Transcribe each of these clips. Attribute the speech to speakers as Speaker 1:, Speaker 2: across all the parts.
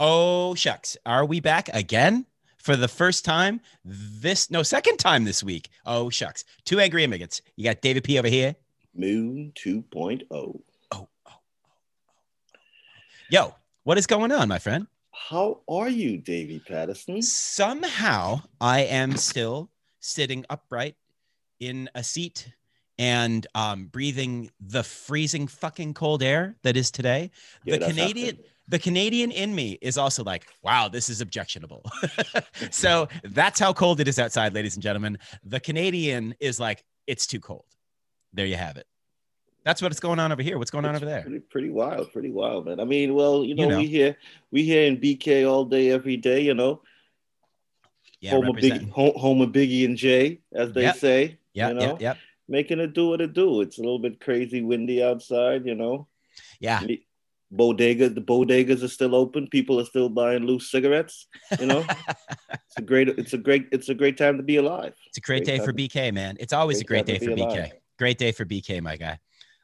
Speaker 1: Oh, shucks. Are we back again for the first time this, no, second time this week? Oh, shucks. Two angry immigrants. You got David P over here.
Speaker 2: Moon oh. 2.0.
Speaker 1: Yo, what is going on, my friend?
Speaker 2: How are you, Davy Patterson?
Speaker 1: Somehow I am still sitting upright in a seat and um, breathing the freezing fucking cold air that is today.
Speaker 2: Yeah,
Speaker 1: the
Speaker 2: that's
Speaker 1: Canadian-
Speaker 2: happened.
Speaker 1: The Canadian in me is also like, wow, this is objectionable. so that's how cold it is outside, ladies and gentlemen. The Canadian is like, it's too cold. There you have it. That's what's going on over here. What's going on
Speaker 2: It's
Speaker 1: over there?
Speaker 2: Pretty, pretty wild, pretty wild, man. I mean, well,
Speaker 1: You
Speaker 2: you know,
Speaker 1: know.
Speaker 2: we here, we here in BK all day, every day. You know,
Speaker 1: Yeah,
Speaker 2: home of
Speaker 1: representing.
Speaker 2: Biggie, home, home of Biggie and Jay, as they
Speaker 1: Yep.
Speaker 2: say.
Speaker 1: Yep,
Speaker 2: you know,
Speaker 1: yep, yep.
Speaker 2: making it do what it do. It's a little bit crazy, windy outside. You know,
Speaker 1: Yeah.
Speaker 2: Le- bodega the bodegas are still open people are still buying loose cigarettes you know it's a great it's a great it's a great time to be alive
Speaker 1: It's a great,
Speaker 2: Great
Speaker 1: day for
Speaker 2: time-
Speaker 1: BK, man. It's always
Speaker 2: great
Speaker 1: a great day
Speaker 2: time to
Speaker 1: for
Speaker 2: be
Speaker 1: BK.
Speaker 2: alive.
Speaker 1: Great day for BK, my guy.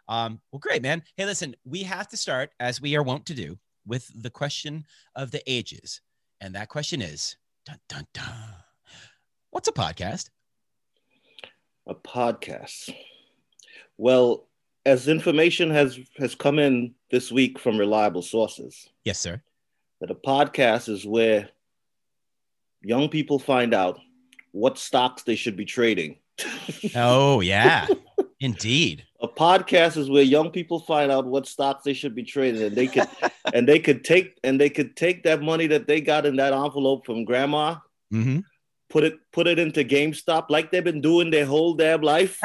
Speaker 1: Um, well, great, man. Hey, listen, we have to start, as we are wont to do, with the question of the ages. And that question is dun, dun, dun. What's a podcast?
Speaker 2: a podcast well as information has has come in this week from reliable sources
Speaker 1: Yes, sir.
Speaker 2: that a podcast is where young people find out what stocks they should be trading
Speaker 1: Oh, yeah. Indeed.
Speaker 2: a podcast is where young people find out what stocks they should be trading and they could and they could take and they could take that money that they got in that envelope from grandma
Speaker 1: hmm
Speaker 2: put it put it into GameStop like they've been doing their whole damn life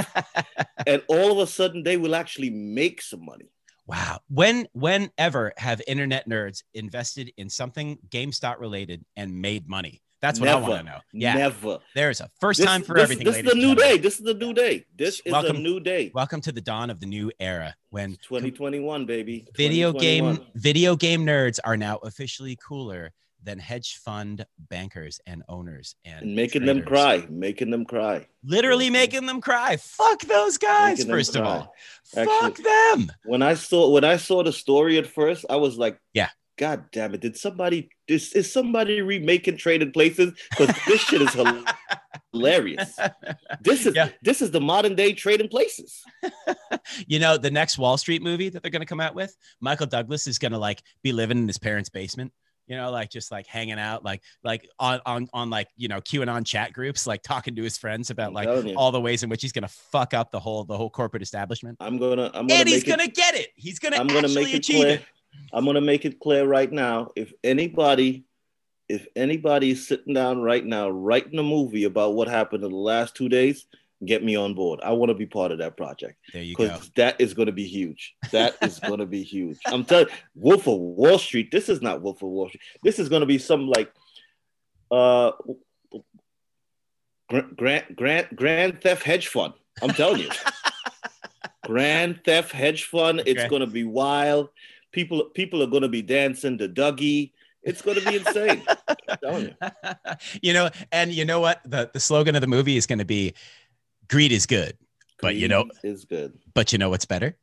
Speaker 2: and all of a sudden they will actually make some money
Speaker 1: Wow. When, whenever have internet nerds invested in something GameStop related and made money? That's what I want
Speaker 2: Never.
Speaker 1: to know. Yeah.
Speaker 2: never
Speaker 1: There's a first
Speaker 2: This-
Speaker 1: time for
Speaker 2: this,
Speaker 1: everything.
Speaker 2: this is
Speaker 1: ladies
Speaker 2: the
Speaker 1: and
Speaker 2: new
Speaker 1: gentlemen.
Speaker 2: day this is the new day this is
Speaker 1: Welcome-
Speaker 2: a new day
Speaker 1: Welcome to the dawn of the new era when
Speaker 2: 2021 baby
Speaker 1: video
Speaker 2: 2021.
Speaker 1: game video game nerds are now officially cooler than hedge fund bankers and owners and,
Speaker 2: and making them
Speaker 1: traders.
Speaker 2: cry making them cry
Speaker 1: Literally making them cry. Fuck those guys,
Speaker 2: Making them
Speaker 1: first of
Speaker 2: cry.
Speaker 1: all. Fuck
Speaker 2: Actually-
Speaker 1: them.
Speaker 2: when I saw when I saw the story at first, I was like,
Speaker 1: Yeah.
Speaker 2: God damn it! Did somebody is, is somebody remaking Trading Places? Because this shit is hil- hilarious. This is
Speaker 1: Yeah.
Speaker 2: this is the modern day Trading Places.
Speaker 1: You know, the next Wall Street movie that they're gonna come out with, Michael Douglas is gonna like be living in his parents' basement. You know, like just like hanging out, like like on on on like you know QAnon chat groups, like talking to his friends about
Speaker 2: I'm
Speaker 1: like
Speaker 2: telling you.
Speaker 1: all the ways in which he's gonna fuck up the whole the whole corporate establishment.
Speaker 2: I'm gonna I'm gonna
Speaker 1: and he's
Speaker 2: make
Speaker 1: gonna
Speaker 2: it,
Speaker 1: get it. He's gonna
Speaker 2: I'm
Speaker 1: actually
Speaker 2: gonna make it
Speaker 1: achieve
Speaker 2: clear.
Speaker 1: it.
Speaker 2: I'm gonna make it clear right now. If anybody if anybody is sitting down right now writing a movie about what happened in the last two days, get me on board. I want to be part of that project.
Speaker 1: There you go.
Speaker 2: because that is going to be huge. That is going to be huge. I'm telling Wolf of Wall Street. This is not Wolf of Wall Street. This is going to be some like uh Gr- Grand Grand Grand Theft Hedge Fund. I'm telling you, Grand Theft Hedge Fund. It's
Speaker 1: Okay.
Speaker 2: going to be wild. People people are going to be dancing to Dougie. It's going to be insane. I'm telling you.
Speaker 1: you know, and you know what? The the slogan of the movie is gonna be greed is good, But you know-
Speaker 2: is good.
Speaker 1: but you know what's better?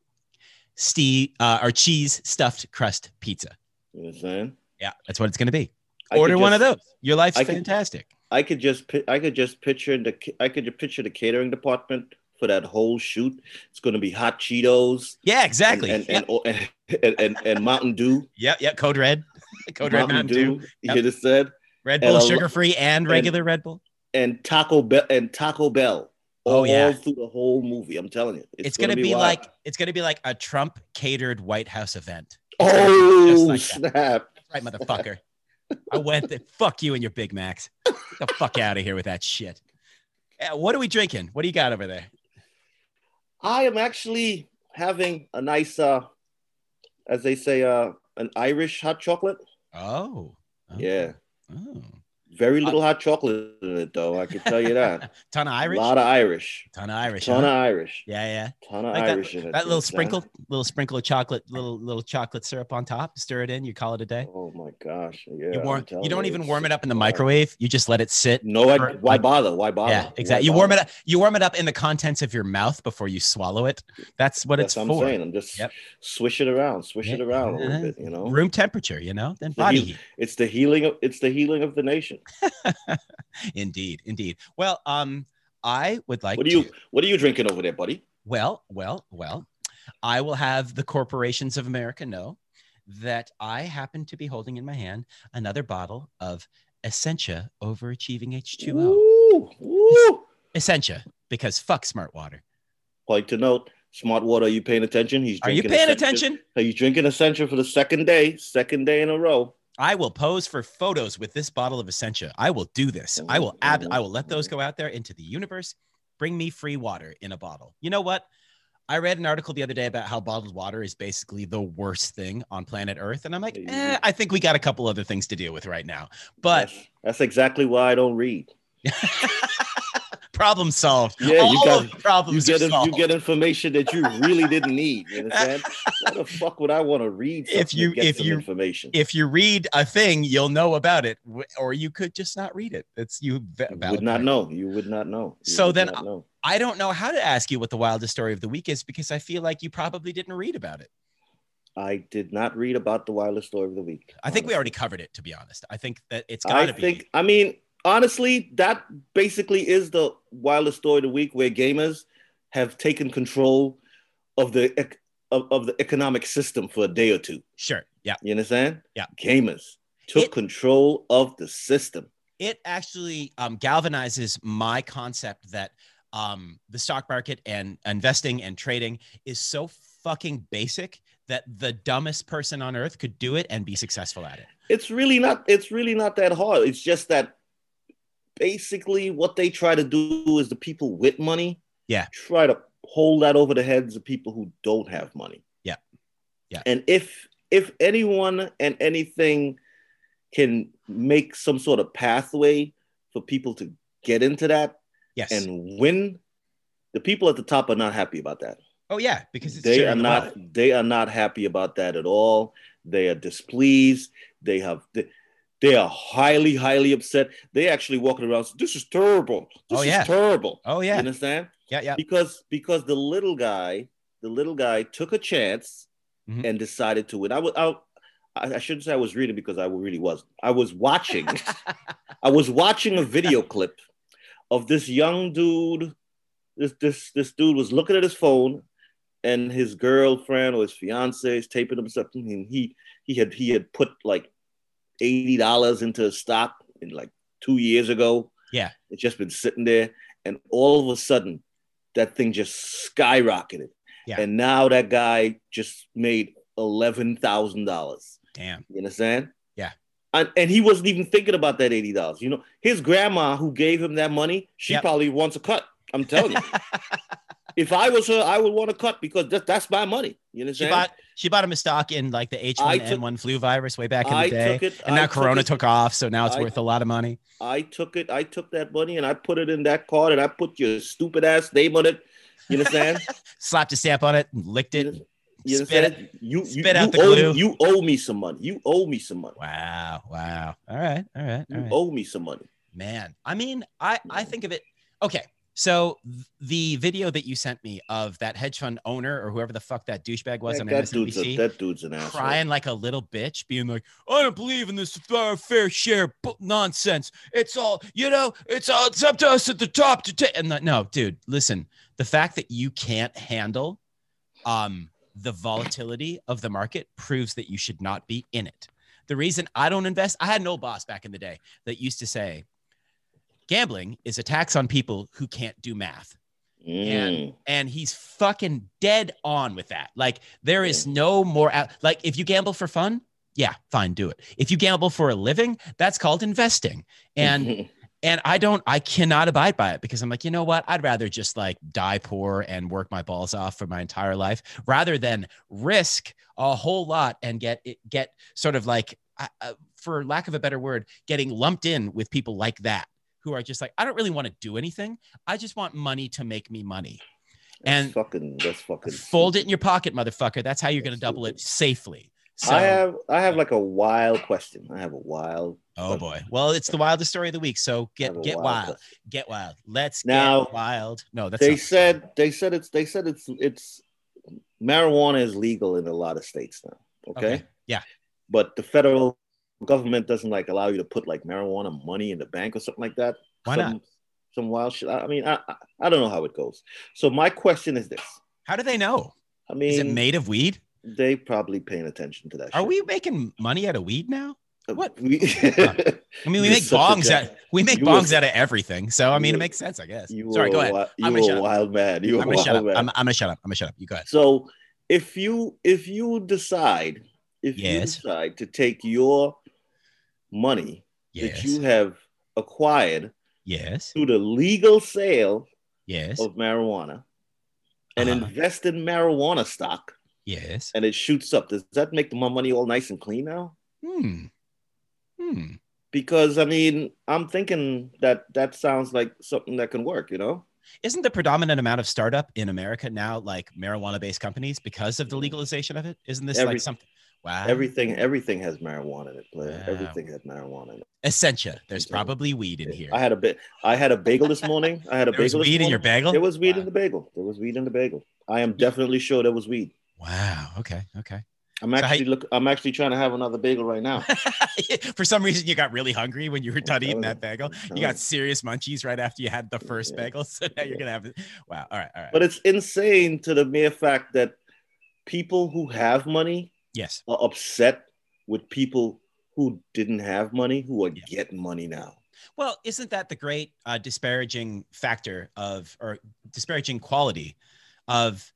Speaker 1: Steve uh, or cheese stuffed crust pizza.
Speaker 2: You know what I'm saying?
Speaker 1: Yeah, that's what it's gonna be.
Speaker 2: I could
Speaker 1: Order one of
Speaker 2: just-
Speaker 1: those. Your life's
Speaker 2: I could-
Speaker 1: fantastic.
Speaker 2: I could just pi- I could just picture the ca- I could just picture the catering department for that whole shoot. It's going to be hot Cheetos,
Speaker 1: yeah, exactly.
Speaker 2: and
Speaker 1: yep,
Speaker 2: and, and, and, and, and Mountain Dew,
Speaker 1: yep, yep. Code Red, Code Red Mountain Dew,
Speaker 2: You
Speaker 1: Yep.
Speaker 2: just said
Speaker 1: Red
Speaker 2: and
Speaker 1: Bull,
Speaker 2: a lo-
Speaker 1: sugar free, and regular Red Bull.
Speaker 2: and Taco Bell and Taco Bell.
Speaker 1: Oh,
Speaker 2: all
Speaker 1: yeah.
Speaker 2: through the whole movie. I'm telling you,
Speaker 1: It's, gonna, be,
Speaker 2: wild.
Speaker 1: like it's gonna be like a Trump catered White House event. It's gonna be
Speaker 2: oh
Speaker 1: just like that.
Speaker 2: snap!
Speaker 1: right, motherfucker. I went there. Fuck you and your Big Macs. Get the fuck out of here with that shit. Yeah, what are we drinking? What do you got over there?
Speaker 2: I am actually having a nice, uh, as they say, uh, an Irish hot chocolate.
Speaker 1: Oh. oh,
Speaker 2: Yeah,
Speaker 1: Oh.
Speaker 2: Very little hot chocolate in it, though. I can tell you that.
Speaker 1: Ton of Irish.
Speaker 2: A lot of Irish.
Speaker 1: Ton of Irish.
Speaker 2: Ton
Speaker 1: huh?
Speaker 2: of Irish.
Speaker 1: yeah, yeah.
Speaker 2: Ton of
Speaker 1: Like that-
Speaker 2: Irish in it.
Speaker 1: That
Speaker 2: you
Speaker 1: little
Speaker 2: understand?
Speaker 1: sprinkle, little sprinkle of chocolate, little little chocolate syrup on top. Stir it in. You call it a day.
Speaker 2: Oh my gosh. Yeah.
Speaker 1: you
Speaker 2: I'm
Speaker 1: warm. You
Speaker 2: telling
Speaker 1: don't even
Speaker 2: it's-
Speaker 1: warm it up in the
Speaker 2: wow.
Speaker 1: microwave. You just let it sit.
Speaker 2: No, I,
Speaker 1: Or,
Speaker 2: why
Speaker 1: like-
Speaker 2: bother? Why bother?
Speaker 1: Yeah, exactly. You warm it up. You warm it up in the contents of your mouth before you swallow it. That's what it's
Speaker 2: That's what I'm
Speaker 1: for.
Speaker 2: saying. I'm just
Speaker 1: Yep.
Speaker 2: swish it around, swish it
Speaker 1: Yeah.
Speaker 2: around a
Speaker 1: Uh-huh.
Speaker 2: little bit. You know,
Speaker 1: Room temperature, you know, then
Speaker 2: The
Speaker 1: body
Speaker 2: heat.
Speaker 1: heat.
Speaker 2: it's the healing. Of, it's the healing of the nation.
Speaker 1: Indeed, indeed. Well, um, I would like
Speaker 2: What do you
Speaker 1: to-
Speaker 2: What are you drinking over there, buddy?
Speaker 1: Well, well, well, I will have the corporations of America know that I happen to be holding in my hand another bottle of Essentia Overachieving H2O.
Speaker 2: Ooh, ooh.
Speaker 1: Essentia, because fuck smart water.
Speaker 2: Like to note, smart water. Are you paying attention? He's
Speaker 1: Are you
Speaker 2: drinking
Speaker 1: paying
Speaker 2: Essentia.
Speaker 1: attention?
Speaker 2: Are you drinking Essentia for the second day? Second day in a row.
Speaker 1: I will pose for photos with this bottle of Essentia. I will do this. I will ab- I will let those go out there into the universe. Bring me free water in a bottle. You know what? I read an article the other day about how bottled water is basically the worst thing on planet Earth, and I'm like, eh, I think we got a couple other things to deal with right now. But
Speaker 2: that's, that's exactly why I don't read.
Speaker 1: problem solved.
Speaker 2: Yeah, you
Speaker 1: All
Speaker 2: got-
Speaker 1: of the
Speaker 2: You
Speaker 1: problems
Speaker 2: get
Speaker 1: are
Speaker 2: in-
Speaker 1: solved.
Speaker 2: you get information that you really didn't need. You understand? Why the fuck would I want to read
Speaker 1: If
Speaker 2: something
Speaker 1: you-
Speaker 2: to get
Speaker 1: if
Speaker 2: some
Speaker 1: you-
Speaker 2: information?
Speaker 1: if you read a thing, you'll know about it, w- or you could just not read it. It's you va-
Speaker 2: You
Speaker 1: valid
Speaker 2: would not
Speaker 1: point.
Speaker 2: know. You would not know. You
Speaker 1: So
Speaker 2: would
Speaker 1: then
Speaker 2: not know.
Speaker 1: I don't know how to ask you what the wildest story of the week is because I feel like you probably didn't read about it.
Speaker 2: I did not read about the wildest story of the week.
Speaker 1: I think we
Speaker 2: honestly.
Speaker 1: already covered it, to be honest. I think that it's got to
Speaker 2: I
Speaker 1: be.
Speaker 2: think. I mean, honestly, that basically is the wildest story of the week, where gamers have taken control of the ec- of, of the economic system for a day or two.
Speaker 1: sure. Yeah.
Speaker 2: You understand?
Speaker 1: Yeah.
Speaker 2: Gamers took
Speaker 1: It-
Speaker 2: control of the system.
Speaker 1: It actually um, galvanizes my concept that um, the stock market and investing and trading is so fucking basic that the dumbest person on earth could do it and be successful at it.
Speaker 2: It's really not. It's really not that hard. It's just that basically what they try to do is the people with money.
Speaker 1: Yeah.
Speaker 2: Try to hold that over the heads of people who don't have money.
Speaker 1: Yeah. Yeah.
Speaker 2: And if if anyone and anything can make some sort of pathway for people to get into that
Speaker 1: Yes.
Speaker 2: and win, the people at the top are not happy about that
Speaker 1: oh yeah, because it's
Speaker 2: they
Speaker 1: sharing
Speaker 2: are
Speaker 1: the
Speaker 2: not
Speaker 1: wealth.
Speaker 2: they are not happy about that at all they are displeased they have they, they are highly highly upset they actually walking around this is terrible this
Speaker 1: Oh, yeah.
Speaker 2: is terrible
Speaker 1: Oh
Speaker 2: you
Speaker 1: yeah,
Speaker 2: understand
Speaker 1: yeah, yeah.
Speaker 2: because because the little guy the little guy took a chance
Speaker 1: Mhm.
Speaker 2: and decided to win i was I, I I shouldn't say I was reading because I really wasn't. I was watching. I was watching a video clip of this young dude. This this this dude was looking at his phone, and his girlfriend or his fiance is taping him something. And he he had he had put like eighty dollars into a stock in like two years ago.
Speaker 1: Yeah.
Speaker 2: it's just been sitting there, and all of a sudden, that thing just skyrocketed.
Speaker 1: Yeah.
Speaker 2: and now that guy just made eleven thousand dollars.
Speaker 1: Damn.
Speaker 2: You understand?
Speaker 1: Yeah.
Speaker 2: And, and he wasn't even thinking about that eighty dollars. You know, his grandma who gave him that money, she
Speaker 1: Yep.
Speaker 2: probably wants a cut. I'm telling you, if I was her, I would want a cut because that, that's my money.
Speaker 1: She
Speaker 2: You understand?
Speaker 1: bought she bought him a stock in like the
Speaker 2: I took-
Speaker 1: H1N1 flu virus way back in the
Speaker 2: I
Speaker 1: day.
Speaker 2: took it.
Speaker 1: and
Speaker 2: I
Speaker 1: now Corona
Speaker 2: it-
Speaker 1: took off, so now it's
Speaker 2: I-
Speaker 1: worth a lot of money.
Speaker 2: I took it. I took that money and I put it in that card and I put your stupid ass name on it. You understand?
Speaker 1: Slapped a stamp on it, and licked it.
Speaker 2: You you
Speaker 1: Spit
Speaker 2: understand? you you,
Speaker 1: spit out
Speaker 2: you
Speaker 1: the
Speaker 2: owe,
Speaker 1: glue.
Speaker 2: you owe me some money. You owe me some money.
Speaker 1: Wow, wow. All right, all right, all
Speaker 2: You
Speaker 1: right.
Speaker 2: owe me some money.
Speaker 1: Man, I mean, I I think of it. Okay, so th- the video that you sent me of that hedge fund owner or whoever the fuck that douchebag was on
Speaker 2: that, that dude's a,
Speaker 1: MSNBC
Speaker 2: that dude's an asshole.
Speaker 1: crying like a little bitch, being like, "I don't believe in this fair, fair share bu- nonsense. It's all you know. It's all it's up to us at the top to take." And like, no, dude, listen. The fact that you can't handle um, the volatility of the market proves that you should not be in it. The reason I don't invest, I had an old boss back in the day that used to say, "Gambling is a tax on people who can't do math."
Speaker 2: Mm.
Speaker 1: and he's fucking dead on with that. Like there is no more out. Like if you gamble for fun, yeah, fine, do it. If you gamble for a living, that's called investing. And
Speaker 2: Mm-hmm.
Speaker 1: and I don't, I cannot abide by it because I'm like, you know what? I'd rather just like die poor and work my balls off for my entire life rather than risk a whole lot and get it get sort of like I, uh, for lack of a better word, getting lumped in with people like that who are just like, I don't really want to do anything. I just want money to make me money.
Speaker 2: That's
Speaker 1: And
Speaker 2: fucking that's fucking
Speaker 1: fold it in your pocket, motherfucker. That's how you're going to double it safely. So,
Speaker 2: I have I have like a wild question. I have a wild
Speaker 1: oh boy. Well, it's the wildest story of the week. So
Speaker 2: I have
Speaker 1: get
Speaker 2: a
Speaker 1: get wild,
Speaker 2: question.
Speaker 1: get wild. Let's
Speaker 2: Now,
Speaker 1: get wild. No, that's
Speaker 2: they
Speaker 1: not-
Speaker 2: said they said it's they said it's it's marijuana is legal in a lot of states now. Okay?
Speaker 1: Yeah.
Speaker 2: But the federal government doesn't like allow you to put like marijuana money in the bank or something like that.
Speaker 1: Why
Speaker 2: some,
Speaker 1: not?
Speaker 2: Some wild shit. I, I mean, I, I I don't know how it goes. So my question is this.
Speaker 1: How do they know?
Speaker 2: I
Speaker 1: Is it
Speaker 2: mean,
Speaker 1: made of weed?
Speaker 2: they probably paying attention to that.
Speaker 1: Are
Speaker 2: shit. Uh,
Speaker 1: we making money out of weed now? what?
Speaker 2: We-
Speaker 1: I mean, we
Speaker 2: You're
Speaker 1: make
Speaker 2: such a
Speaker 1: bongs
Speaker 2: jack-
Speaker 1: out we make
Speaker 2: You were-
Speaker 1: bongs out of everything. So I mean,
Speaker 2: you-
Speaker 1: it makes sense, I guess.
Speaker 2: You
Speaker 1: Sorry,
Speaker 2: were
Speaker 1: go
Speaker 2: a
Speaker 1: ahead.
Speaker 2: wi-
Speaker 1: I'm
Speaker 2: You
Speaker 1: gonna
Speaker 2: were
Speaker 1: shut
Speaker 2: a
Speaker 1: up.
Speaker 2: wild man. You
Speaker 1: I'm
Speaker 2: were a
Speaker 1: gonna shut
Speaker 2: wild
Speaker 1: up.
Speaker 2: man.
Speaker 1: I'm, I'm gonna shut up. I'm gonna shut up. You go ahead.
Speaker 2: So if you if you decide if you
Speaker 1: Yes.
Speaker 2: decide to take your money
Speaker 1: Yes.
Speaker 2: that you have acquired
Speaker 1: yes.
Speaker 2: through the legal sale
Speaker 1: Yes.
Speaker 2: of marijuana and
Speaker 1: Uh-huh.
Speaker 2: invest in marijuana stock
Speaker 1: Yes.
Speaker 2: and it shoots up, does that make my money all nice and clean now?
Speaker 1: Hmm. Hmm.
Speaker 2: Because I mean, I'm thinking that that sounds like something that can work, you know?
Speaker 1: Isn't the predominant amount of startup in America now like marijuana-based companies because of the legalization of it? Isn't this
Speaker 2: Mm-hmm. Every-
Speaker 1: like something? Wow.
Speaker 2: Everything everything has marijuana in it, player.
Speaker 1: Wow.
Speaker 2: Everything has marijuana in it.
Speaker 1: Essentia. There's
Speaker 2: Mhm.
Speaker 1: probably weed in here.
Speaker 2: I had a bit. I had a bagel this morning. I had a
Speaker 1: There was
Speaker 2: bagel. this
Speaker 1: weed in your
Speaker 2: morning.
Speaker 1: bagel.
Speaker 2: There was weed
Speaker 1: Wow.
Speaker 2: in the bagel. There was weed in the bagel. I am definitely sure there was weed.
Speaker 1: Wow. Okay. Okay.
Speaker 2: I'm
Speaker 1: So how
Speaker 2: actually look. I'm actually trying to have another bagel right now.
Speaker 1: For some reason, you got really hungry when you were done eating that bagel. You got serious munchies right after you had the first
Speaker 2: Yeah.
Speaker 1: bagel. So now you're
Speaker 2: Yeah.
Speaker 1: gonna have it. Wow. All right. All right.
Speaker 2: But it's insane to the mere fact that people who have money
Speaker 1: yes.
Speaker 2: are upset with people who didn't have money who are
Speaker 1: Yeah.
Speaker 2: getting money now.
Speaker 1: Well, isn't that the great uh, disparaging factor of or disparaging quality of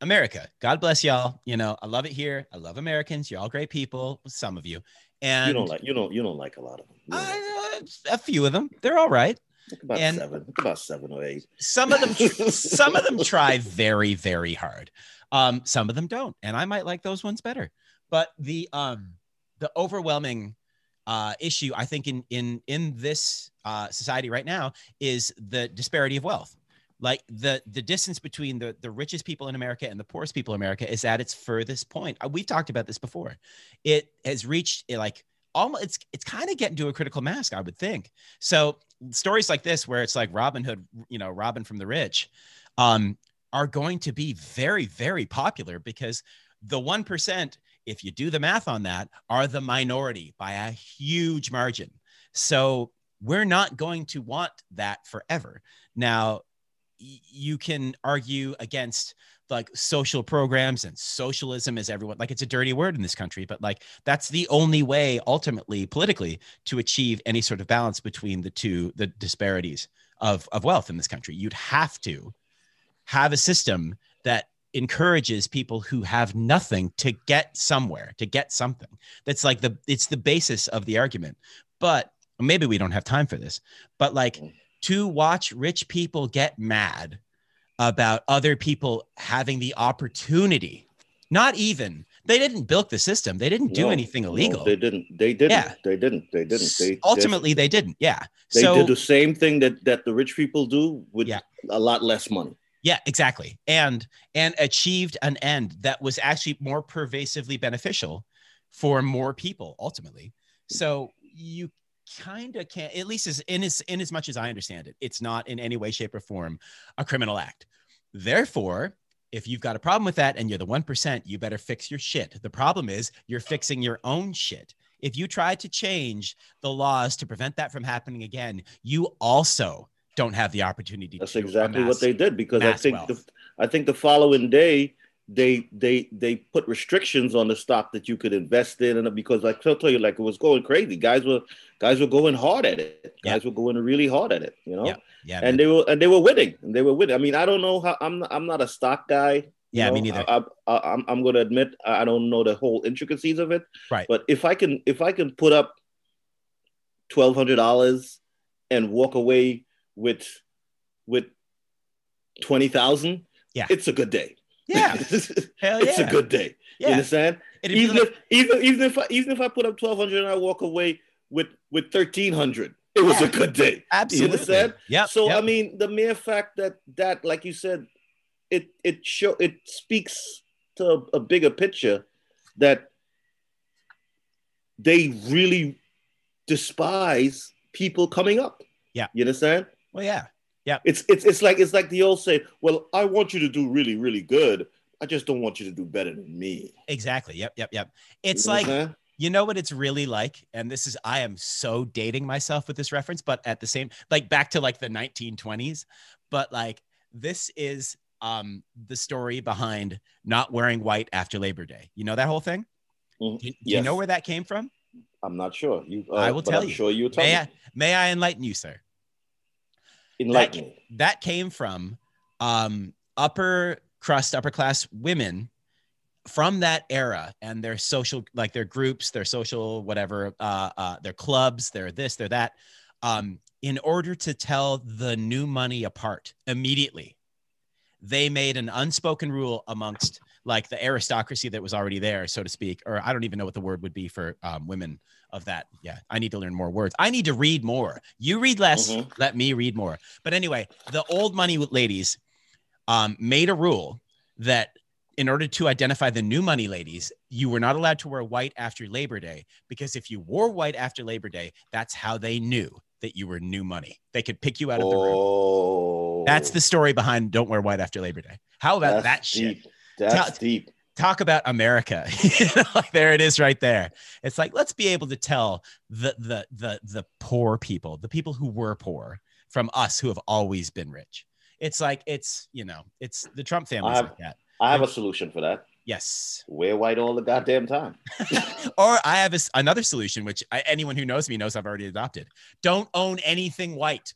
Speaker 1: America? God bless y'all. You know, I love it here. I love Americans. You're all great people. Some of you, and
Speaker 2: you don't like. You don't. You don't like a lot of them. You don't like-
Speaker 1: I, uh, a few of them. They're all right.
Speaker 2: think about
Speaker 1: and-
Speaker 2: seven. Think about seven or eight.
Speaker 1: some of them tr- some of them try very very hard um some of them don't and i might like those ones better but the um the overwhelming uh issue i think in in in this uh society right now is the disparity of wealth like the the distance between the the richest people in america and the poorest people in america is at its furthest point Uh, we've talked about this before it has reached eh, like almost it's it's kind of getting to a critical mass i would think so stories like this where it's like Robin Hood, you know, Robin from the rich, um, are going to be very, very popular because the one percent, if you do the math on that, are the minority by a huge margin. So we're not going to want that forever. Now, y- you can argue against like social programs and socialism is everyone like it's a dirty word in this country but like that's the only way ultimately politically to achieve any sort of balance between the two the disparities of, of wealth in this country you'd have to have a system that encourages people who have nothing to get somewhere to get something that's like the it's the basis of the argument but maybe we don't have time for this but like
Speaker 2: Mm.
Speaker 1: to watch rich people get mad about other people having the opportunity not even they didn't bilk the system they didn't do
Speaker 2: No,
Speaker 1: anything
Speaker 2: no,
Speaker 1: illegal
Speaker 2: they didn't. They didn't.
Speaker 1: Yeah.
Speaker 2: They didn't. They didn't. They they-
Speaker 1: ultimately they didn't yeah
Speaker 2: They
Speaker 1: so
Speaker 2: did the same thing that that the rich people do with
Speaker 1: Yeah.
Speaker 2: a lot less money.
Speaker 1: yeah exactly and and achieved an end that was actually more pervasively beneficial for more people ultimately so you kind of can't at least as in as in as much as i understand it it's not in any way shape or form a criminal act therefore if you've got a problem with that and you're the 1% you better fix your shit the problem is you're fixing your own shit if you try to change the laws to prevent that from happening again you also don't have the opportunity
Speaker 2: That's
Speaker 1: to
Speaker 2: exactly
Speaker 1: amass
Speaker 2: what they did because I
Speaker 1: mass
Speaker 2: think
Speaker 1: wealth.
Speaker 2: the, I think the following day they they they put restrictions on the stock that you could invest in and because like I'll tell you like it was going crazy. Guys were guys were going hard at it.
Speaker 1: Yeah.
Speaker 2: Guys were going really hard at it, you know?
Speaker 1: Yeah, yeah man.
Speaker 2: And they were and they were winning. And they were winning. I mean, I don't know how I'm not, I'm not a stock guy. you
Speaker 1: Yeah, me
Speaker 2: know?
Speaker 1: neither.
Speaker 2: I, I, I, I'm I'm going to admit I I don't know the whole intricacies of it.
Speaker 1: Right.
Speaker 2: But if I can if I can put up twelve hundred dollars and walk away with with twenty thousand,
Speaker 1: Yeah.
Speaker 2: it's a good day.
Speaker 1: yeah,
Speaker 2: it's
Speaker 1: hell
Speaker 2: a
Speaker 1: yeah.
Speaker 2: good day. You
Speaker 1: Yeah.
Speaker 2: understand?
Speaker 1: It'd be
Speaker 2: Even
Speaker 1: like-
Speaker 2: if even even if I even if I put up twelve hundred and I walk away with with thirteen hundred, it was a good day.
Speaker 1: absolutely. uh,
Speaker 2: understand?
Speaker 1: Yeah.
Speaker 2: so I mean, the mere fact that that, like you said, it it show it speaks to a- a bigger picture that they really despise people coming up.
Speaker 1: Yeah.
Speaker 2: you understand?
Speaker 1: well, yeah.
Speaker 2: It's it's it's like it's like the old say. Well, I want you to do really really good. I just don't want you to do better than me.
Speaker 1: Exactly. Yep. Yep. Yep. It's
Speaker 2: You know what
Speaker 1: like
Speaker 2: I'm saying?
Speaker 1: You know what it's really like? And this is, I am so dating myself with this reference, but at the same, like back to like the 1920s, but like this is um the story behind not wearing white after Labor Day. You know that whole thing?
Speaker 2: Mhm.
Speaker 1: Do, do you
Speaker 2: Yes.
Speaker 1: know where that came from?
Speaker 2: I'm not sure. You, uh,
Speaker 1: I will
Speaker 2: but
Speaker 1: tell
Speaker 2: I'm
Speaker 1: you.
Speaker 2: Sure, you tell
Speaker 1: May
Speaker 2: me.
Speaker 1: I, may I enlighten you, sir?
Speaker 2: Enlighten me.
Speaker 1: that came from um, upper crust, upper class women from that era and their social, like their groups, their social, whatever, uh, uh, their clubs, their this, their that, um, in order to tell the new money apart immediately. They made an unspoken rule amongst like the aristocracy that was already there, so to speak, or I don't even know what the word would be for um, women of that. Yeah, I need to learn more words. I need to read more. You read less,
Speaker 2: Mhm.
Speaker 1: let me read more. But anyway, the old money ladies um, made a rule that in order to identify the new money ladies, you were not allowed to wear white after Labor Day because if you wore white after Labor Day, that's how they knew that you were new money. They could pick you out of the room.
Speaker 2: Oh,
Speaker 1: That's the story behind "Don't Wear White After Labor Day." How about that
Speaker 2: that's
Speaker 1: shit?
Speaker 2: deep. That's
Speaker 1: Tell-
Speaker 2: deep.
Speaker 1: Talk about America. You know, like, there it is, right there. It's like let's be able to tell the the the the poor people, the people who were poor, from us who have always been rich. It's like it's you know, it's the Trump family's
Speaker 2: have-
Speaker 1: like that.
Speaker 2: I have a solution for that.
Speaker 1: Yes.
Speaker 2: Wear white all the goddamn time.
Speaker 1: or I have a s another solution, which I, anyone who knows me knows I've already adopted. Don't own anything white,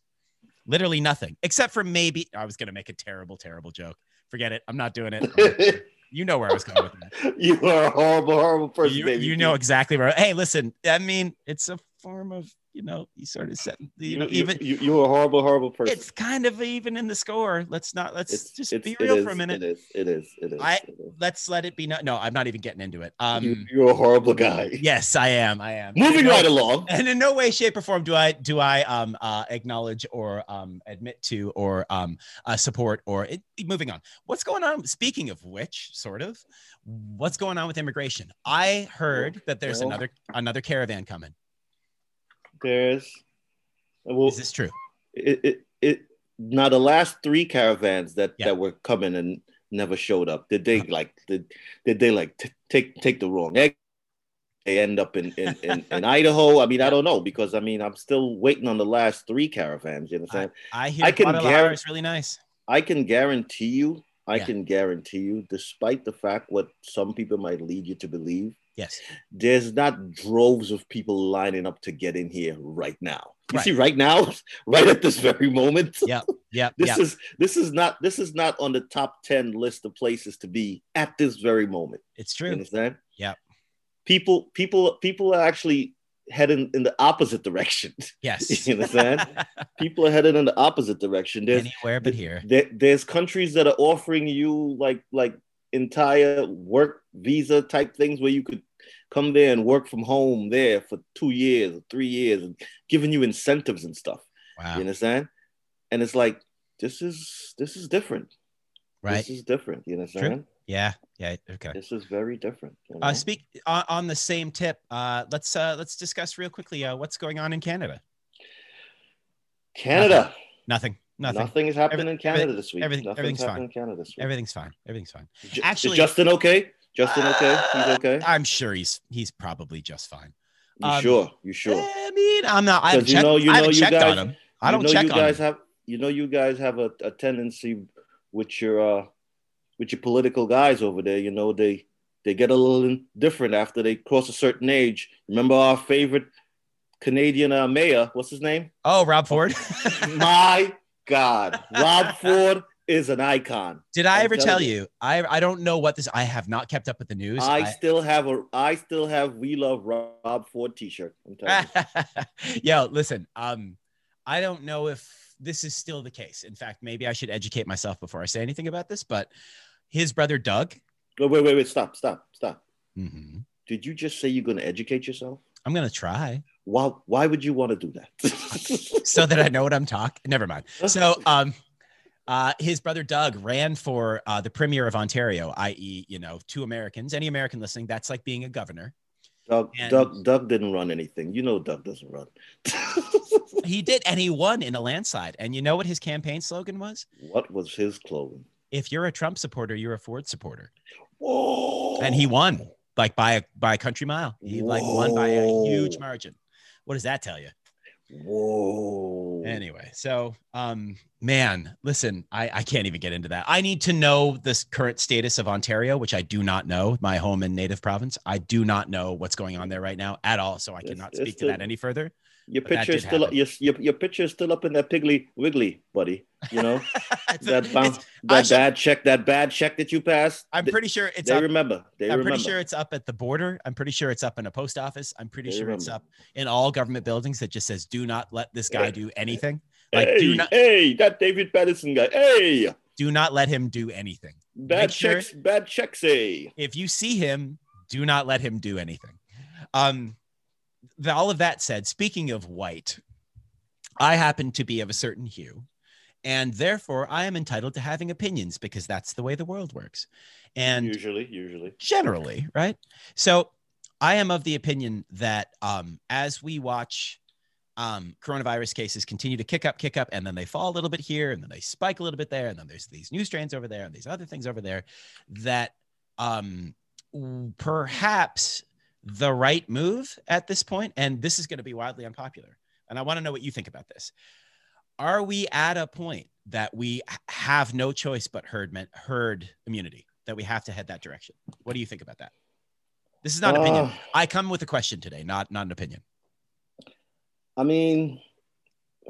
Speaker 1: literally nothing, except for maybe I was going to make a terrible, terrible joke. Forget it. I'm not doing it. you know where I was going with that.
Speaker 2: you are a horrible, horrible person,
Speaker 1: You,
Speaker 2: baby.
Speaker 1: you
Speaker 2: P.
Speaker 1: know exactly where. Hey, listen. I mean, it's a form of you know, you sort of set. You,
Speaker 2: you,
Speaker 1: know,
Speaker 2: you-
Speaker 1: even
Speaker 2: you, you are a horrible, horrible person.
Speaker 1: it's kind of even in the score. Let's not. Let's
Speaker 2: It's-
Speaker 1: just
Speaker 2: it's-
Speaker 1: be
Speaker 2: it
Speaker 1: real
Speaker 2: is,
Speaker 1: for a minute.
Speaker 2: It is. It is. It is.
Speaker 1: I-
Speaker 2: it is.
Speaker 1: Let's let it be. No, no, I'm not even getting into it.
Speaker 2: you,
Speaker 1: Um.
Speaker 2: you're a horrible guy.
Speaker 1: Yes, I am. I am.
Speaker 2: Moving
Speaker 1: You know-
Speaker 2: right along.
Speaker 1: and in no way shape or form do i do i um uh acknowledge or um admit to or um uh, support or it, moving on what's going on speaking of which sort of what's going on with immigration i heard that there's
Speaker 2: Well-
Speaker 1: another another caravan coming
Speaker 2: There's. Well,
Speaker 1: is this true
Speaker 2: it, it, it, now the last three caravans
Speaker 1: Yeah.
Speaker 2: that
Speaker 1: Uh-huh.
Speaker 2: that were coming and never showed up. Did they like? Did did they like t- take take the wrong egg? They end up in in, in, in Idaho. I mean, I don't know because I mean, I'm still waiting on the last three caravans. You understand?
Speaker 1: i hear
Speaker 2: I can
Speaker 1: Guadalajara
Speaker 2: guarantee-
Speaker 1: is really nice
Speaker 2: I can guarantee you, I
Speaker 1: Yeah.
Speaker 2: can guarantee you, despite the fact what some people might lead you to believe,
Speaker 1: yes
Speaker 2: there's not droves of people lining up to get in here right now. You
Speaker 1: Right.
Speaker 2: see, right now, right at this very moment.
Speaker 1: yep
Speaker 2: This
Speaker 1: yep
Speaker 2: is this is not this is not on the top ten list of places to be at this very moment.
Speaker 1: it's
Speaker 2: You
Speaker 1: true
Speaker 2: understand?
Speaker 1: Yep.
Speaker 2: People people people are actually heading in the opposite direction.
Speaker 1: yes
Speaker 2: You understand? people are headed in the opposite direction. There's
Speaker 1: anywhere but here
Speaker 2: there, there's countries that are offering you like like entire work visa type things where you could come there and work from home there for two years or three years and giving you incentives and stuff
Speaker 1: wow
Speaker 2: you understand and it's like this is this is different
Speaker 1: right
Speaker 2: this is different you understand
Speaker 1: yeah yeah okay
Speaker 2: this is very different you know?
Speaker 1: uh, speak on, on the same tip. Uh, let's uh, let's discuss real quickly uh, what's going on in Canada.
Speaker 2: canada
Speaker 1: Nothing. Nothing.
Speaker 2: nothing, is happening in canada
Speaker 1: everything-
Speaker 2: this week
Speaker 1: everything-
Speaker 2: Nothing's
Speaker 1: everything's
Speaker 2: happening in canada this week
Speaker 1: Everything's fine. Everything's fine.
Speaker 2: Ju- is
Speaker 1: actually- uh,
Speaker 2: justin okay justin okay he's okay
Speaker 1: I'm sure he's he's probably just fine.
Speaker 2: you
Speaker 1: um,
Speaker 2: sure you sure
Speaker 1: I mean, I'm not. I haven't
Speaker 2: 'Cause you
Speaker 1: checked,
Speaker 2: know- you
Speaker 1: I haven't
Speaker 2: know you
Speaker 1: checked
Speaker 2: guys-
Speaker 1: on him. I
Speaker 2: You
Speaker 1: don't
Speaker 2: know
Speaker 1: check
Speaker 2: you
Speaker 1: on
Speaker 2: guys
Speaker 1: him.
Speaker 2: have you know you guys have a, a tendency with your uh with your political guys over there you know they they get a little different after they cross a certain age remember our favorite canadian uh, mayor what's his name
Speaker 1: Oh, Rob Ford.
Speaker 2: my god rob ford is an icon
Speaker 1: Did I
Speaker 2: I'm
Speaker 1: ever
Speaker 2: telling
Speaker 1: tell
Speaker 2: you.
Speaker 1: you? I I don't know what this. I have not kept up with the news.
Speaker 2: i
Speaker 1: I-
Speaker 2: still have a i still have we love rob ford t-shirt i'm telling you
Speaker 1: Yo, listen. Um, I don't know if this is still the case. In fact, maybe I should educate myself before I say anything about this. But his brother Doug
Speaker 2: Wait, wait, wait, wait. Stop, stop, stop.
Speaker 1: hmm
Speaker 2: Did you just say you're going to educate yourself?
Speaker 1: I'm gonna try
Speaker 2: Why? Why would you want to do that?
Speaker 1: so that I know what I'm talking. Never mind. So, um, uh, his brother Doug ran for uh, the premier of Ontario, i.e., you know, two Americans. Any American listening, that's like being a governor.
Speaker 2: Doug,
Speaker 1: and-
Speaker 2: Doug, Doug didn't run anything. You know, Doug doesn't run.
Speaker 1: He did, and he won in a landslide. And you know what his campaign slogan was?
Speaker 2: what was his clothing?
Speaker 1: If you're a Trump supporter, you're a Ford supporter.
Speaker 2: Whoa!
Speaker 1: And he won like by a by a country mile. He like won by a huge
Speaker 2: Whoa.
Speaker 1: margin. What does that tell you?
Speaker 2: Whoa!
Speaker 1: Anyway, so um, man, listen, I, I can't even get into that. I need to know this current status of Ontario, which I do not know, my home and native province. I do not know what's going on there right now at all. So I
Speaker 2: It's-
Speaker 1: cannot
Speaker 2: it's
Speaker 1: speak to
Speaker 2: the-
Speaker 1: that any further.
Speaker 2: your
Speaker 1: but that
Speaker 2: picture is
Speaker 1: did
Speaker 2: still up,
Speaker 1: happen.
Speaker 2: your, your your picture is still up in that Piggly Wiggly, buddy. You know that bounce,
Speaker 1: It's- I
Speaker 2: that
Speaker 1: should-
Speaker 2: bad check, that bad check that you passed.
Speaker 1: I'm
Speaker 2: th-
Speaker 1: pretty sure it's
Speaker 2: They
Speaker 1: up.
Speaker 2: remember. They
Speaker 1: I'm
Speaker 2: remember.
Speaker 1: pretty sure it's up at the border. I'm pretty sure it's up in a post office. I'm pretty
Speaker 2: They
Speaker 1: sure it's
Speaker 2: remember.
Speaker 1: up in all government buildings that just says, do not let this guy
Speaker 2: Hey.
Speaker 1: do anything. Like,
Speaker 2: hey,
Speaker 1: do not,
Speaker 2: hey, that David Patterson guy. Hey,
Speaker 1: do not let him do anything.
Speaker 2: bad
Speaker 1: Make sure-
Speaker 2: checks, bad checks. Hey,
Speaker 1: if you see him, do not let him do anything. Um, th- all of that said, speaking of white, I happen to be of a certain hue, and therefore I am entitled to having opinions because that's the way the world works. And
Speaker 2: usually, usually.
Speaker 1: generally, right? So I am of the opinion that um, as we watch um, coronavirus cases continue to kick up, kick up, and then they fall a little bit here, and then they spike a little bit there, and then there's these new strains over there, and these other things over there, that um, w- perhaps the right move at this point, and this is going to be wildly unpopular. And I want to know what you think about this. Are we at a point that we h- have no choice but herd, men- herd immunity, that we have to head that direction? What do you think about that? This is not an opinion.
Speaker 2: Uh,
Speaker 1: I come with a question today, not not an opinion.
Speaker 2: I mean,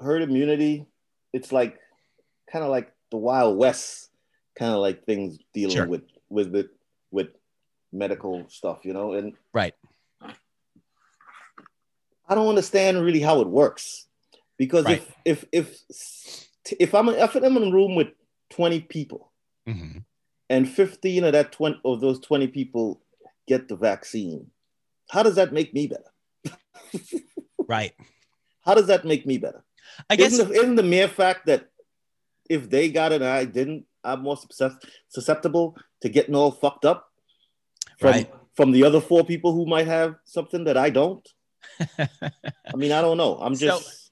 Speaker 2: herd immunity. It's like kind of like the Wild West, kind of like things dealing
Speaker 1: Sure.
Speaker 2: with with the, with medical stuff, you know. And
Speaker 1: Right.
Speaker 2: I don't understand really how it works because if if if if I'm if I'm in a room with twenty people
Speaker 1: Mm-hmm.
Speaker 2: and 15 of that 20 of those 20 people get the vaccine how does that make me better
Speaker 1: Right.
Speaker 2: how does that make me better
Speaker 1: I guess
Speaker 2: isn't, the, isn't the mere fact that if they got it and i didn't i'm more suscep- susceptible to getting all fucked up from,
Speaker 1: Right.
Speaker 2: from the other four people who might have something that i don't i mean i don't know i'm
Speaker 1: So-
Speaker 2: just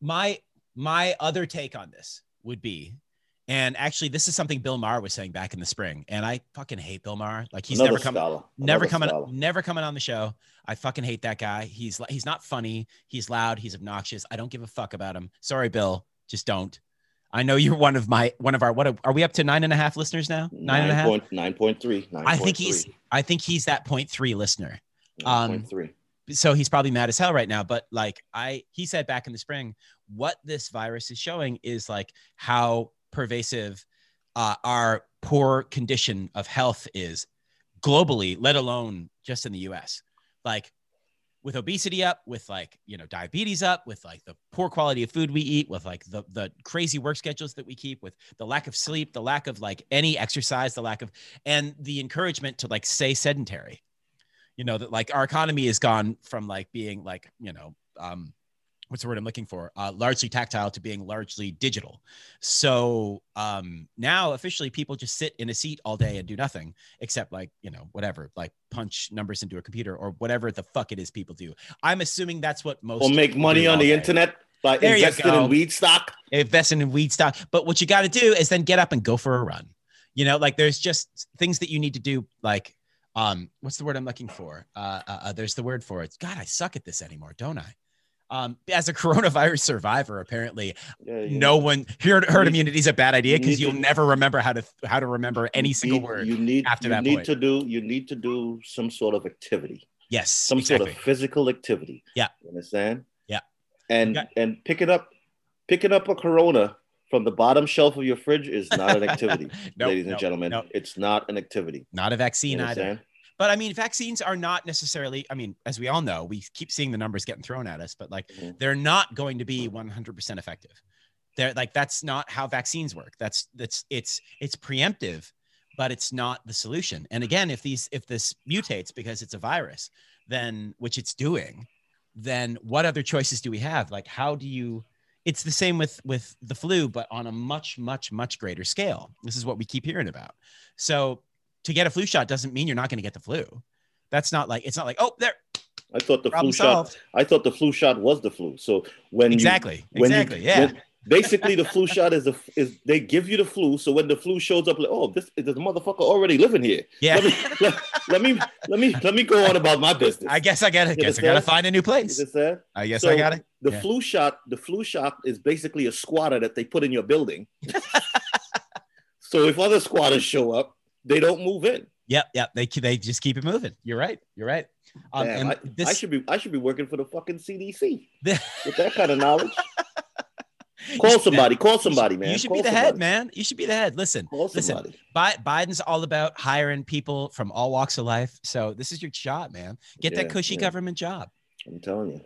Speaker 1: my my other take on this would be, and actually, this is something Bill Maher was saying back in the spring, and I fucking hate Bill Maher. Like he's
Speaker 2: another
Speaker 1: never coming,
Speaker 2: scholar
Speaker 1: never
Speaker 2: another
Speaker 1: coming,
Speaker 2: scholar.
Speaker 1: never coming on the show. I fucking hate that guy. He's li- he's not funny. He's loud. He's obnoxious. I don't give a fuck about him. Sorry, Bill. Just don't. I know you're one of my one of our what are we up to nine and a half listeners now? Nine and a half.
Speaker 2: point- 9.3
Speaker 1: I think he's um, I think he's that point three listener.
Speaker 2: 9.3
Speaker 1: so he's probably mad as hell right now but like i he said back in the spring what this virus is showing is like how pervasive uh, our poor condition of health is globally let alone just in the us like with obesity up with like you know diabetes up with like the poor quality of food we eat with like the the crazy work schedules that we keep with the lack of sleep the lack of like any exercise the lack of and the encouragement to like stay sedentary you know that like our economy has gone from like being like you know um what's the word i'm looking for uh largely tactile to being largely digital so um now officially people just sit in a seat all day and do nothing except like you know whatever like punch numbers into a computer or whatever the fuck it is people do i'm assuming that's what most
Speaker 2: or make money
Speaker 1: do
Speaker 2: on
Speaker 1: all
Speaker 2: the
Speaker 1: day.
Speaker 2: internet by
Speaker 1: There you
Speaker 2: investing
Speaker 1: go.
Speaker 2: in weed stock
Speaker 1: investing in weed stock. But what you got to do is then get up and go for a run. You know, like there's just things that you need to do. Like, um, what's the word I'm looking for? Uh, uh, uh, there's the word for it. God, I suck at this anymore, don't I? Um, as a coronavirus survivor, apparently
Speaker 2: Yeah, you
Speaker 1: no one herd, herd
Speaker 2: need-
Speaker 1: immunity is a bad idea
Speaker 2: you need
Speaker 1: because you'll
Speaker 2: to-
Speaker 1: never remember how to how to remember any
Speaker 2: you
Speaker 1: single
Speaker 2: need-
Speaker 1: word.
Speaker 2: You need
Speaker 1: after
Speaker 2: you
Speaker 1: that
Speaker 2: need
Speaker 1: point.
Speaker 2: to do you need to do some sort of activity,
Speaker 1: Yes,
Speaker 2: some
Speaker 1: exactly.
Speaker 2: sort of physical activity.
Speaker 1: Yeah.
Speaker 2: you understand?
Speaker 1: Yeah.
Speaker 2: and
Speaker 1: Okay.
Speaker 2: and picking up picking up a Corona from the bottom shelf of your fridge is not an activity,
Speaker 1: No,
Speaker 2: ladies
Speaker 1: no,
Speaker 2: and gentlemen.
Speaker 1: no.
Speaker 2: It's not an activity.
Speaker 1: Not a
Speaker 2: You
Speaker 1: vaccine either.
Speaker 2: understand?
Speaker 1: But I mean, vaccines are not necessarily, I mean, as we all know, we keep seeing the numbers getting thrown at us, but like
Speaker 2: Mhm.
Speaker 1: they're not going to be 100% effective. They're like, that's not how vaccines work. That's, that's, it's, it's preemptive, but it's not the solution. And again, if these if this mutates because it's a virus, then which it's doing, then what other choices do we have? Like how do you it's the same with with the flu but on a much much much greater scale. This is what we keep hearing about. So to get a flu shot doesn't mean you're not going to get the flu. That's not like it's not like oh there
Speaker 2: I thought the
Speaker 1: problem
Speaker 2: flu shot.
Speaker 1: solved.
Speaker 2: I thought the flu shot was the flu. So when you
Speaker 1: Exactly.
Speaker 2: when you-
Speaker 1: exactly. yeah.
Speaker 2: when- basically the flu shot is a is they give you the flu. So when the flu shows up, like oh this this motherfucker already living here. Let me
Speaker 1: yeah.
Speaker 2: let, let me let me let me go on about my business.
Speaker 1: I guess I got to
Speaker 2: You
Speaker 1: guess I got to
Speaker 2: understand?
Speaker 1: find a new
Speaker 2: You
Speaker 1: place.
Speaker 2: understand?
Speaker 1: I guess
Speaker 2: So-
Speaker 1: I got to
Speaker 2: The
Speaker 1: Yeah.
Speaker 2: flu shot, the flu shot is basically a squatter that they put in your building. so if other squatters show up, they don't move in.
Speaker 1: Yep, yep. They they just keep it moving. You're right. You're right. Um,
Speaker 2: Damn,
Speaker 1: and
Speaker 2: I,
Speaker 1: this,
Speaker 2: I should be I should be working for the fucking CDC
Speaker 1: the-
Speaker 2: with that kind of knowledge.
Speaker 1: you should be
Speaker 2: Call
Speaker 1: the-
Speaker 2: somebody, call
Speaker 1: you should-
Speaker 2: somebody, man.
Speaker 1: You should
Speaker 2: Call
Speaker 1: be the
Speaker 2: somebody.
Speaker 1: head, man. You should be the head. Listen,
Speaker 2: Call
Speaker 1: Listen,
Speaker 2: somebody.
Speaker 1: Bi- Biden's all about hiring people from all walks of life. So this is your shot, man. Get that
Speaker 2: Yeah,
Speaker 1: cushy
Speaker 2: yeah.
Speaker 1: government job.
Speaker 2: I'm telling you.